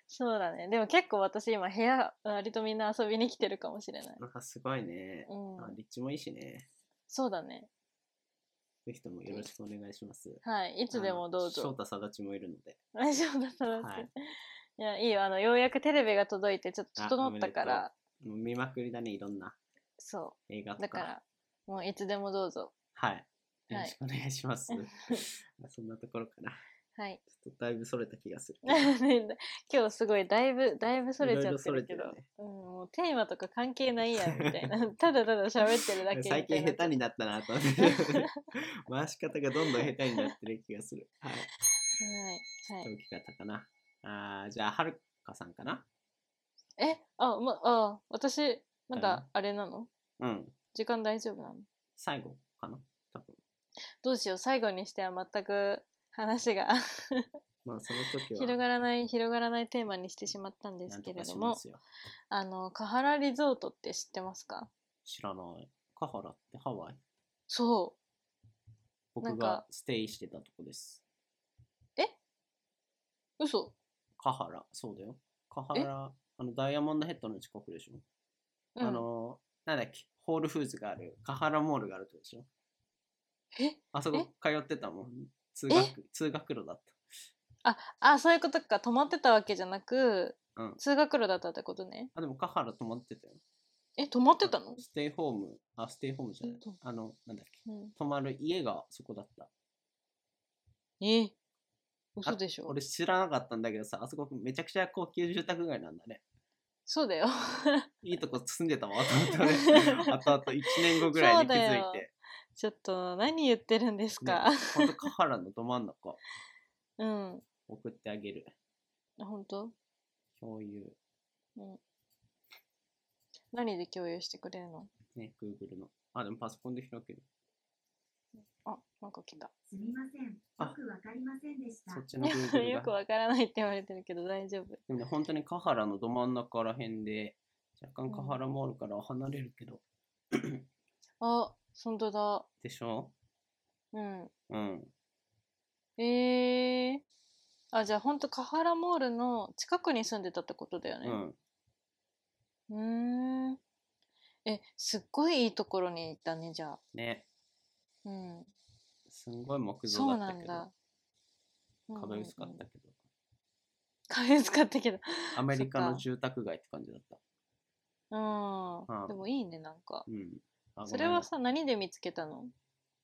[SPEAKER 2] そうだねでも結構私今部屋割とみんな遊びに来てるかもしれな い
[SPEAKER 1] なんかすごいね、
[SPEAKER 2] うん
[SPEAKER 1] あ立地もいいしね
[SPEAKER 2] そうだね
[SPEAKER 1] ぜひともよろしくお願いしますい
[SPEAKER 2] はいいつでもどう
[SPEAKER 1] 翔
[SPEAKER 2] ぞ
[SPEAKER 1] 太貞ちもいるので
[SPEAKER 2] 大丈夫だったんです、
[SPEAKER 1] はい
[SPEAKER 2] い、やいいよあのようやくテレビが届いてちょっと
[SPEAKER 1] あ
[SPEAKER 2] 整った
[SPEAKER 1] お
[SPEAKER 2] か
[SPEAKER 1] めで
[SPEAKER 2] ら
[SPEAKER 1] もう見まくりだねいろんな
[SPEAKER 2] そ
[SPEAKER 1] 映画と
[SPEAKER 2] う
[SPEAKER 1] か
[SPEAKER 2] だからもういつでもどうぞ
[SPEAKER 1] はいよろ
[SPEAKER 2] はい
[SPEAKER 1] しくお願いします、まあそんなところかな
[SPEAKER 2] はい
[SPEAKER 1] ちょっとだいぶそれた気が するけど
[SPEAKER 2] 今日すごいだいぶだいぶそれちゃってるけ
[SPEAKER 1] い
[SPEAKER 2] ど
[SPEAKER 1] ろいろそれてるね
[SPEAKER 2] うん、もうテーマとか関係ないやんみた いなただただ喋ってるだけみたい
[SPEAKER 1] 最近
[SPEAKER 2] な
[SPEAKER 1] 下手になった なと思って回し方がどんどん下手になってる気がするはい
[SPEAKER 2] はい、はい、
[SPEAKER 1] 大きかったかなあーじゃあはるかさんかな
[SPEAKER 2] えあまあ私ま
[SPEAKER 1] だよね
[SPEAKER 2] だあれなの
[SPEAKER 1] うん。
[SPEAKER 2] 時間大丈夫なの
[SPEAKER 1] 最後かな多分。
[SPEAKER 2] どうしよう最後にしては全く話が
[SPEAKER 1] まあ、その時は。
[SPEAKER 2] 広がらない広がらないテーマにしてしまったんで
[SPEAKER 1] な
[SPEAKER 2] す
[SPEAKER 1] んと
[SPEAKER 2] け
[SPEAKER 1] か
[SPEAKER 2] れ
[SPEAKER 1] し
[SPEAKER 2] ど
[SPEAKER 1] ま
[SPEAKER 2] も
[SPEAKER 1] すよ。
[SPEAKER 2] あのカハラリゾートって知ってますか
[SPEAKER 1] 知らない。カハラってハワイ
[SPEAKER 2] そな
[SPEAKER 1] 僕
[SPEAKER 2] ん
[SPEAKER 1] が
[SPEAKER 2] か
[SPEAKER 1] ステイしてたとこです。
[SPEAKER 2] う嘘
[SPEAKER 1] カハラ、そうだよ。カハラ、あの、ダイヤモンドヘッドの近くでしょ。
[SPEAKER 2] うん
[SPEAKER 1] あの、なんだっけ、ホールフーズがある、カハラモールがあるとこでしょ。
[SPEAKER 2] え
[SPEAKER 1] あそこ通ってたもん。通学、通学路だっ
[SPEAKER 2] あそういうことか泊まってたわけじゃなく、
[SPEAKER 1] うん
[SPEAKER 2] 通学路だったってことね
[SPEAKER 1] た。あ、でもカハラ泊まってたよ。
[SPEAKER 2] え泊まってたの、
[SPEAKER 1] ステイホーム、あ、ステイホームじゃない
[SPEAKER 2] うん。
[SPEAKER 1] あの、なんだっけ、
[SPEAKER 2] うん、
[SPEAKER 1] 泊まる家がそこだった。
[SPEAKER 2] え嘘でしょ
[SPEAKER 1] 俺知らなかったんだけどさ、あそこめちゃくちゃ高級住宅街なんだね。
[SPEAKER 2] そうだよ
[SPEAKER 1] いいとこ住んでたわ、後々ね。後々1年後ぐらいに気づ
[SPEAKER 2] そ
[SPEAKER 1] いう
[SPEAKER 2] だよ
[SPEAKER 1] て。
[SPEAKER 2] ちょっと何言ってるんです
[SPEAKER 1] ね
[SPEAKER 2] か、
[SPEAKER 1] ほんと、カハラのど真ん中、
[SPEAKER 2] うん
[SPEAKER 1] 送ってあげる。
[SPEAKER 2] 本当
[SPEAKER 1] 共有、
[SPEAKER 2] うん何で共有してくれるの
[SPEAKER 1] ね、Google の。あ、でもパソコンで開ける。
[SPEAKER 2] あなんか来た
[SPEAKER 4] すみません。よ
[SPEAKER 1] あ
[SPEAKER 4] くわかりませんでした
[SPEAKER 1] そ。っちの Google
[SPEAKER 2] よく
[SPEAKER 1] が。
[SPEAKER 2] わからないって言われてるけど大丈夫
[SPEAKER 1] でもね、本当にカハラのど真ん中らへんで、若干カハラモールからは離れるけど、
[SPEAKER 2] あ本当だ
[SPEAKER 1] でしょ
[SPEAKER 2] うん
[SPEAKER 1] うん。
[SPEAKER 2] えー、あじゃあ本当カハラモールの近くに住んでたってことだよ
[SPEAKER 1] う
[SPEAKER 2] ね
[SPEAKER 1] ん。
[SPEAKER 2] うーんえすっごいいいところに行ったねじゃあ
[SPEAKER 1] ね。
[SPEAKER 2] うん
[SPEAKER 1] すんごい木造
[SPEAKER 2] そう
[SPEAKER 1] だっ
[SPEAKER 2] な
[SPEAKER 1] た
[SPEAKER 2] ん
[SPEAKER 1] け
[SPEAKER 2] だ
[SPEAKER 1] ど、
[SPEAKER 2] うんうんうん
[SPEAKER 1] 壁薄かったけど、
[SPEAKER 2] 壁薄かったけど
[SPEAKER 1] アメリカ
[SPEAKER 2] そっ
[SPEAKER 1] の
[SPEAKER 2] か
[SPEAKER 1] 住宅街って感じだった。
[SPEAKER 2] うん、
[SPEAKER 1] うん
[SPEAKER 2] でもいいねなんか
[SPEAKER 1] うん。あ
[SPEAKER 2] そ
[SPEAKER 1] ご
[SPEAKER 2] れ
[SPEAKER 1] めん
[SPEAKER 2] はさ何で見つけたの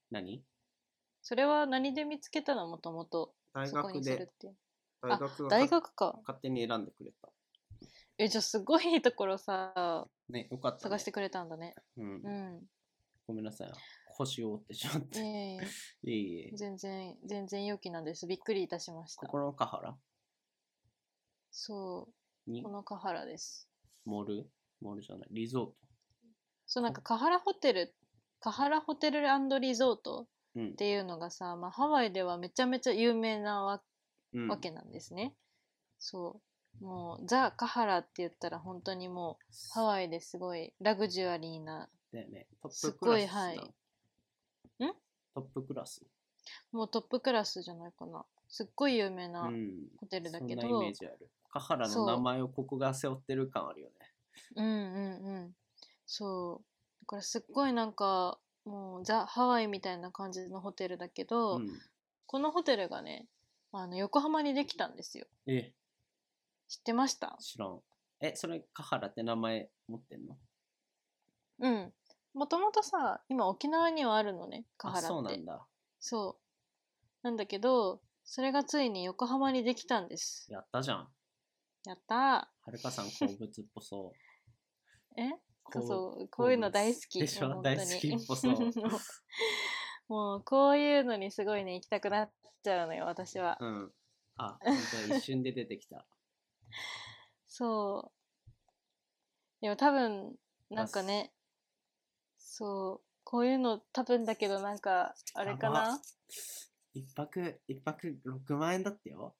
[SPEAKER 1] 何
[SPEAKER 2] それは何で見つけたのもともと
[SPEAKER 1] 大
[SPEAKER 2] そこに
[SPEAKER 1] 学
[SPEAKER 2] する
[SPEAKER 1] で
[SPEAKER 2] っ、ていう
[SPEAKER 1] 大学が
[SPEAKER 2] 大学か
[SPEAKER 1] 勝手に選んでくれた。
[SPEAKER 2] えじゃあすごいいいところさ
[SPEAKER 1] ね、よかったね、
[SPEAKER 2] 探してくれたんだね
[SPEAKER 1] うん
[SPEAKER 2] う。ん
[SPEAKER 1] ごめんなさい。腰を折ってしまっ
[SPEAKER 2] いえ
[SPEAKER 1] て。
[SPEAKER 2] い
[SPEAKER 1] い
[SPEAKER 2] え
[SPEAKER 1] えいえ。
[SPEAKER 2] 全然全然良きなんですびっくりいたしました
[SPEAKER 1] 心のカハラ
[SPEAKER 2] そ
[SPEAKER 1] に
[SPEAKER 2] うこのカハラです
[SPEAKER 1] モールモールじゃない。リゾート。
[SPEAKER 2] そうなんかカハラホテルカハラホテルリゾート
[SPEAKER 1] うん
[SPEAKER 2] っ。ていうのがさ、まあ、ハワイではめちゃめちゃ有名なわ
[SPEAKER 1] うん、
[SPEAKER 2] わけなんですね。そう。もうザ・カハラって言ったら本当にもうハワイですごいラグジュアリーな
[SPEAKER 1] だよね。トッ
[SPEAKER 2] すっ
[SPEAKER 1] プク
[SPEAKER 2] ご
[SPEAKER 1] ラ
[SPEAKER 2] い
[SPEAKER 1] スだ。
[SPEAKER 2] はいん
[SPEAKER 1] トップクラス。
[SPEAKER 2] もうトップクラスじゃないかなすっごい有名
[SPEAKER 1] う。
[SPEAKER 2] なんホテルだ
[SPEAKER 1] そん
[SPEAKER 2] け
[SPEAKER 1] な
[SPEAKER 2] ど、
[SPEAKER 1] イメージある。カハラの名前をここが背負ってる感あるよね。
[SPEAKER 2] うんうんうんそうだからすっごいなんかもうザ・ハワイみたいな感じのホテルだけど、
[SPEAKER 1] うん。
[SPEAKER 2] このホテルがねあの横浜にできたんですよ
[SPEAKER 1] え、
[SPEAKER 2] 知ってました
[SPEAKER 1] 知らん。え、それカハラって名前持ってんの
[SPEAKER 2] うんもともとさ今沖縄にはあるのねカハ
[SPEAKER 1] あ、
[SPEAKER 2] ラ
[SPEAKER 1] そう
[SPEAKER 2] っ
[SPEAKER 1] な
[SPEAKER 2] て
[SPEAKER 1] んだ。
[SPEAKER 2] そう。なんだけど、それがついに横浜にできたんです。
[SPEAKER 1] やったじゃん。
[SPEAKER 2] やったー。
[SPEAKER 1] はるか さん好物っぽそう。
[SPEAKER 2] え
[SPEAKER 1] こう
[SPEAKER 2] そう、こういうの大好き。
[SPEAKER 1] でしょ
[SPEAKER 2] もう本当に
[SPEAKER 1] 大好きっぽそう
[SPEAKER 2] もう、こういうのにすごいね、行きたくなっちゃうのよ、私は。
[SPEAKER 1] うん。あ、本当だ一瞬で出てきた。
[SPEAKER 2] そう。でも多分、なんかね、そう、こういうの多分だけど、なんか、あれか
[SPEAKER 1] やば
[SPEAKER 2] な
[SPEAKER 1] 一泊、一泊6万円だってよ。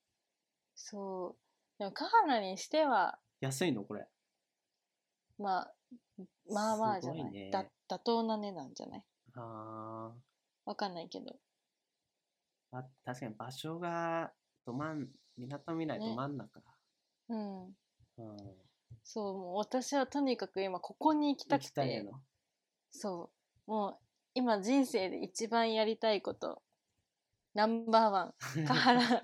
[SPEAKER 2] そう。でも、カハラにしては、
[SPEAKER 1] 安いのこれ。
[SPEAKER 2] まあ、まあまあじゃない。
[SPEAKER 1] すごいね
[SPEAKER 2] だ妥当な値なんじゃない
[SPEAKER 1] あ
[SPEAKER 2] わかんないけど。
[SPEAKER 1] ーあ、確かに場所が、ど真ん、みなとみらい
[SPEAKER 2] ね
[SPEAKER 1] ど真ん中。
[SPEAKER 2] うん。
[SPEAKER 1] うん。
[SPEAKER 2] そう、もう私はとにかく今ここに行きた
[SPEAKER 1] 行
[SPEAKER 2] く
[SPEAKER 1] きたい
[SPEAKER 2] て、
[SPEAKER 1] の。
[SPEAKER 2] そう。もう今人生で一番やりたいこと、ナンバーワ ン、カハラ、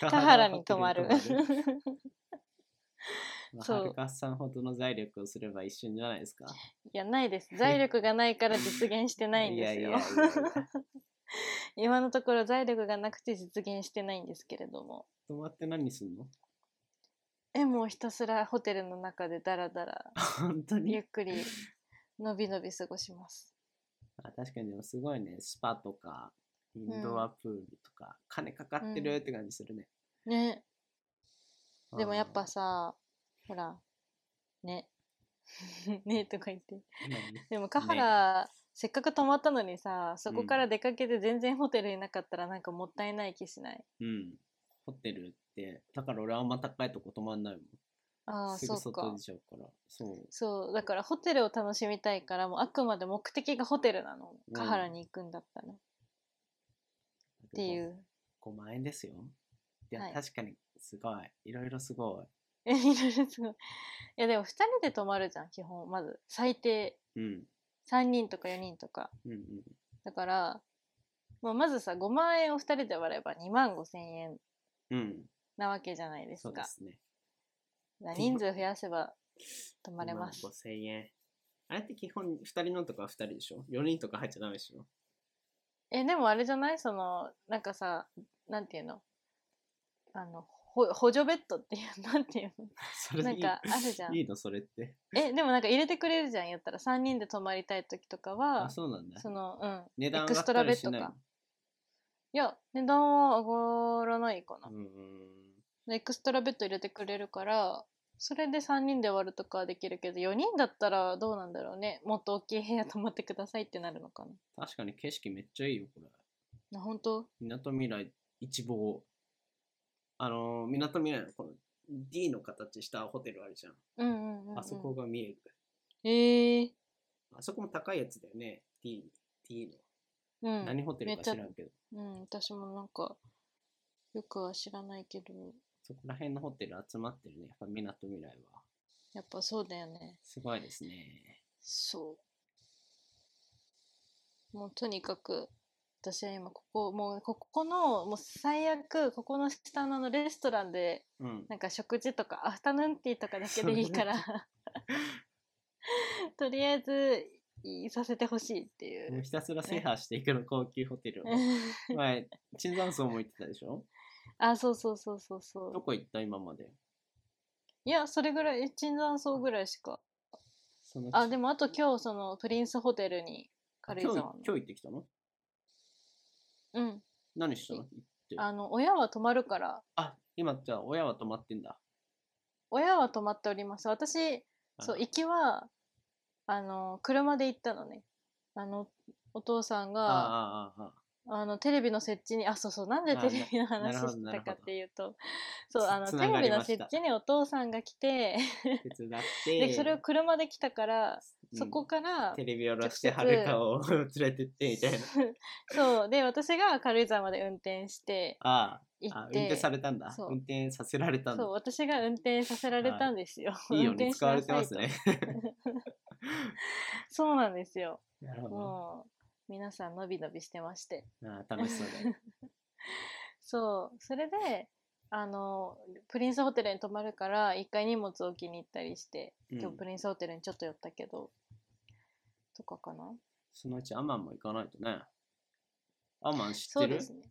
[SPEAKER 1] カ
[SPEAKER 2] カハラに泊まる。
[SPEAKER 1] まあ
[SPEAKER 2] そう
[SPEAKER 1] はるかさんほどの財力をすれば一瞬じゃないですか。
[SPEAKER 2] いや、ないです。財力がないから実現してないんです
[SPEAKER 1] いや
[SPEAKER 2] よ
[SPEAKER 1] い。やいやい や
[SPEAKER 2] 今のところ財力がなくて実現してないんですけれども。
[SPEAKER 1] 泊まって何すんの
[SPEAKER 2] え、もうひたすらホテルの中でダラ ダラ、
[SPEAKER 1] 本当
[SPEAKER 2] ゆ
[SPEAKER 1] に
[SPEAKER 2] っ。くり、のびのび過ごします。
[SPEAKER 1] あ確かにでもすごいね、スパとか、インドアプールとか、金かかって
[SPEAKER 2] う
[SPEAKER 1] る
[SPEAKER 2] ん
[SPEAKER 1] って感じするね。
[SPEAKER 2] ね。でもやっ
[SPEAKER 1] あ
[SPEAKER 2] ぱ
[SPEAKER 1] ー
[SPEAKER 2] さ、ほら、ね、 ねえとか言って
[SPEAKER 1] 何
[SPEAKER 2] でもカハラ、せっかく泊まったのにさそこか
[SPEAKER 1] う
[SPEAKER 2] ら出かけて全然ホテルいなかったらなんかもったいない気しない
[SPEAKER 1] うん。ホテルって、だから俺あんま高いとこ泊まんないもん。
[SPEAKER 2] ああ
[SPEAKER 1] すぐ
[SPEAKER 2] そ
[SPEAKER 1] 外
[SPEAKER 2] うか
[SPEAKER 1] 出ちゃうから。そう。
[SPEAKER 2] そうだからホテルを楽しみたいからもうあくまで目的がホテルなの
[SPEAKER 1] うん
[SPEAKER 2] カハラに行くんだったら、ってい。う
[SPEAKER 1] 5万円ですよ。いや、
[SPEAKER 2] はい
[SPEAKER 1] 確かにすごい。いろいろすご
[SPEAKER 2] え いろいろすごいいやでも2人で泊まるじゃん基本まず最低
[SPEAKER 1] い。うん。
[SPEAKER 2] 3人とか4人とか
[SPEAKER 1] うんうん。
[SPEAKER 2] だから、まあ、まずさ5万円を2人で割れば2万5千円
[SPEAKER 1] うん。
[SPEAKER 2] なわけじゃないです
[SPEAKER 1] そう
[SPEAKER 2] か
[SPEAKER 1] ですね。
[SPEAKER 2] だから人数増やせば泊まれ
[SPEAKER 1] 今
[SPEAKER 2] ます
[SPEAKER 1] 5000円。あれって基本2人のとかは2人でしょ ?4 人とか入っちゃダメでしょ
[SPEAKER 2] えでもあれじゃないそのなんかさなんていうのあのほ補助ベッドっていう なんていう
[SPEAKER 1] それ
[SPEAKER 2] の
[SPEAKER 1] で
[SPEAKER 2] ないん
[SPEAKER 1] い
[SPEAKER 2] かあるじゃん
[SPEAKER 1] いいのそれって。
[SPEAKER 2] えでもなんか入れてくれるじゃんやったら3人で泊まりたい時とかは
[SPEAKER 1] あ、そうなんだ。
[SPEAKER 2] そのうん
[SPEAKER 1] 値段上
[SPEAKER 2] エク
[SPEAKER 1] が
[SPEAKER 2] ス
[SPEAKER 1] った
[SPEAKER 2] トラ
[SPEAKER 1] り
[SPEAKER 2] ベ
[SPEAKER 1] し
[SPEAKER 2] ッド
[SPEAKER 1] ない
[SPEAKER 2] かいや値段は上がらないかな
[SPEAKER 1] の。うーん。
[SPEAKER 2] エクストラベッド入れてくれるからそれで3人で割るとかはできるけど4人だったらどうなんだろうねもっと大きい部屋泊まってくださいってなるのかな
[SPEAKER 1] 確かに景色めっちゃいいよ、これ。
[SPEAKER 2] な本当
[SPEAKER 1] みなとみらい一望。あのー、みなとみらいのこの D の形したホテルあるじゃん。
[SPEAKER 2] うんうんうん、うん、
[SPEAKER 1] あそこが見える。
[SPEAKER 2] ええー
[SPEAKER 1] あそこも高いやつだよね。D、D
[SPEAKER 2] うん、
[SPEAKER 1] の。何ホテル
[SPEAKER 2] め
[SPEAKER 1] か
[SPEAKER 2] っちゃ
[SPEAKER 1] 知らんけど。
[SPEAKER 2] うん、私もなんか、よくは知らないけど、
[SPEAKER 1] そこら辺のホテル集まってるね。やっぱみなとみらいは。
[SPEAKER 2] やっぱそうだよね。
[SPEAKER 1] すごいですね。
[SPEAKER 2] そう。もうとにかく、私は今ここ、もうここの、もう最悪、ここの下のあのレストランで、
[SPEAKER 1] うん。
[SPEAKER 2] なんか食事とかアフタヌーンティーとかだけでいいから、 とりあえず、いさせてほしいってい
[SPEAKER 1] もう
[SPEAKER 2] う。
[SPEAKER 1] ひたすら制覇していくの、高級ホテルを。前、椿山荘も行ってたでしょ
[SPEAKER 2] あ、そうそうそうそうそう
[SPEAKER 1] ど。こ行った今まで。
[SPEAKER 2] いや、それぐらい、椿山荘ぐらいしか。
[SPEAKER 1] その
[SPEAKER 2] あ、でもあと今日、その、プリンスホテルに、軽井
[SPEAKER 1] 今日
[SPEAKER 2] 沢
[SPEAKER 1] 今
[SPEAKER 2] の。
[SPEAKER 1] 日行ってきたの
[SPEAKER 2] うん。
[SPEAKER 1] 何したの
[SPEAKER 2] あの、親は泊まるから、
[SPEAKER 1] あ、今じゃあ親は泊まってんだ。
[SPEAKER 2] 親は泊まっております。私、そう、
[SPEAKER 1] あ
[SPEAKER 2] 行きは、あの、車で行ったのね。あの、お父さんが、あ
[SPEAKER 1] あああああ
[SPEAKER 2] の、テレビの設置に、あ、そうそう、なんで
[SPEAKER 1] あ
[SPEAKER 2] テレビの
[SPEAKER 1] な
[SPEAKER 2] 話
[SPEAKER 1] るほど
[SPEAKER 2] し
[SPEAKER 1] な
[SPEAKER 2] た
[SPEAKER 1] るほ
[SPEAKER 2] か
[SPEAKER 1] ど
[SPEAKER 2] っていうと、そう、
[SPEAKER 1] つ
[SPEAKER 2] あの、
[SPEAKER 1] つ
[SPEAKER 2] テ
[SPEAKER 1] なが
[SPEAKER 2] レビ
[SPEAKER 1] り
[SPEAKER 2] の
[SPEAKER 1] ました
[SPEAKER 2] 設置にお父さんが来て、
[SPEAKER 1] あ手伝って。
[SPEAKER 2] で、それを車で来たから、
[SPEAKER 1] うん
[SPEAKER 2] そこから、
[SPEAKER 1] テレビを下ろしては
[SPEAKER 2] 直接
[SPEAKER 1] るかを 連れてってみたいな。
[SPEAKER 2] そう、で、私が軽井沢まで運転して
[SPEAKER 1] あ
[SPEAKER 2] 行
[SPEAKER 1] ああ、
[SPEAKER 2] っ
[SPEAKER 1] 運
[SPEAKER 2] て
[SPEAKER 1] 転、されたんだ。
[SPEAKER 2] そう
[SPEAKER 1] 運転させられたんだ
[SPEAKER 2] そう、。私が運転させられたんですよ。
[SPEAKER 1] いいよ
[SPEAKER 2] 運
[SPEAKER 1] ね、
[SPEAKER 2] 転し
[SPEAKER 1] 使わ
[SPEAKER 2] な
[SPEAKER 1] れて
[SPEAKER 2] さ
[SPEAKER 1] ま
[SPEAKER 2] い
[SPEAKER 1] す
[SPEAKER 2] と。
[SPEAKER 1] ね。
[SPEAKER 2] そうなんですよ。
[SPEAKER 1] なるほど。
[SPEAKER 2] もう皆さんのびのびしてまして
[SPEAKER 1] ああ楽しそうだ よ。
[SPEAKER 2] そうそれであのプリンスホテルに泊まるから一回荷物置きに行ったりして
[SPEAKER 1] うん
[SPEAKER 2] 今日プリンスホテルにちょっと寄ったけど、とかかな
[SPEAKER 1] そのうちアマンも行かないとね。アマン知っ
[SPEAKER 2] そ
[SPEAKER 1] て
[SPEAKER 2] うで
[SPEAKER 1] る
[SPEAKER 2] すね、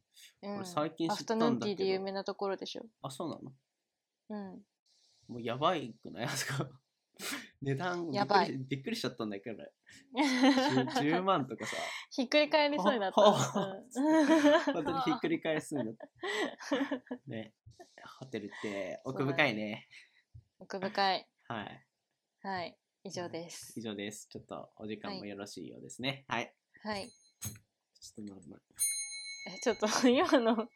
[SPEAKER 2] うん、
[SPEAKER 1] 俺最近
[SPEAKER 2] ア
[SPEAKER 1] 知
[SPEAKER 2] フ
[SPEAKER 1] った
[SPEAKER 2] タ
[SPEAKER 1] ん
[SPEAKER 2] ヌ
[SPEAKER 1] だけ
[SPEAKER 2] ー
[SPEAKER 1] ど
[SPEAKER 2] ンティーで有名なところでしょ
[SPEAKER 1] あ、そうなの
[SPEAKER 2] うん
[SPEAKER 1] もうやばいくないあそこ。 値段
[SPEAKER 2] やば
[SPEAKER 1] び
[SPEAKER 2] い
[SPEAKER 1] っくりびっくりしちゃったんだけど、10, 万とかさ、
[SPEAKER 2] ひっくり返りそうになった、
[SPEAKER 1] ほほ
[SPEAKER 2] うん
[SPEAKER 1] 本当にひっくり返すんだって。ね、ホテルって奥深いね。
[SPEAKER 2] 奥深い
[SPEAKER 1] はい、
[SPEAKER 2] はい以上です
[SPEAKER 1] 以上です。ちょっとお時間も
[SPEAKER 2] はい
[SPEAKER 1] よろしいようですね。はい。
[SPEAKER 2] はい
[SPEAKER 1] ちょっとまあまあ
[SPEAKER 2] えちょっと 今の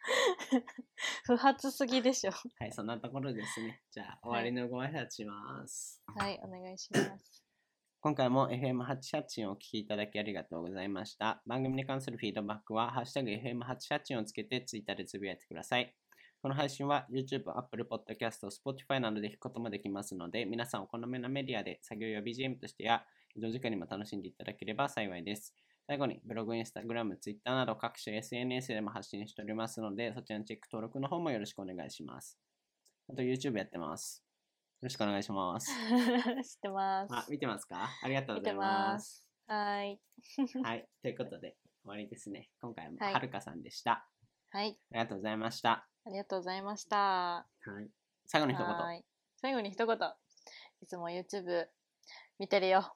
[SPEAKER 2] 不発すぎでしょ
[SPEAKER 1] はい、そんなところですね。じゃあ、終わりのご挨拶します。
[SPEAKER 2] はいお願いします
[SPEAKER 1] 今回も FM884 をお聞きいただきありがとうございました。番組に関するフィードバックは、ハッシュタグ FM884 をつけてツイッターでつぶやいてください。この配信は YouTube、Apple Podcast、Spotify などで聞くこともできますので、皆さんお好みのメディアで作業や BGM としてや、移動時間にも楽しんでいただければ幸いです。最後に、ブログ、インスタグラム、ツイッターなど各種 SNS でも発信しておりますので、そちらのチェック登録の方もよろしくお願いします。あと YouTube やってます。よろしくお願いします。
[SPEAKER 2] 知ってます。
[SPEAKER 1] あ、見てますかありがとうござい
[SPEAKER 2] 見てま
[SPEAKER 1] ます。
[SPEAKER 2] すはーい。
[SPEAKER 1] はい、ということで終わりですね。今回も
[SPEAKER 2] はい
[SPEAKER 1] はるかさんでした。
[SPEAKER 2] はい。
[SPEAKER 1] ありがとうございました。
[SPEAKER 2] ありがとうございました。は
[SPEAKER 1] はい、最後に一言。
[SPEAKER 2] ーい。最後に一言。いつも YouTube 見てるよ。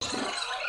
[SPEAKER 2] た。
[SPEAKER 1] ら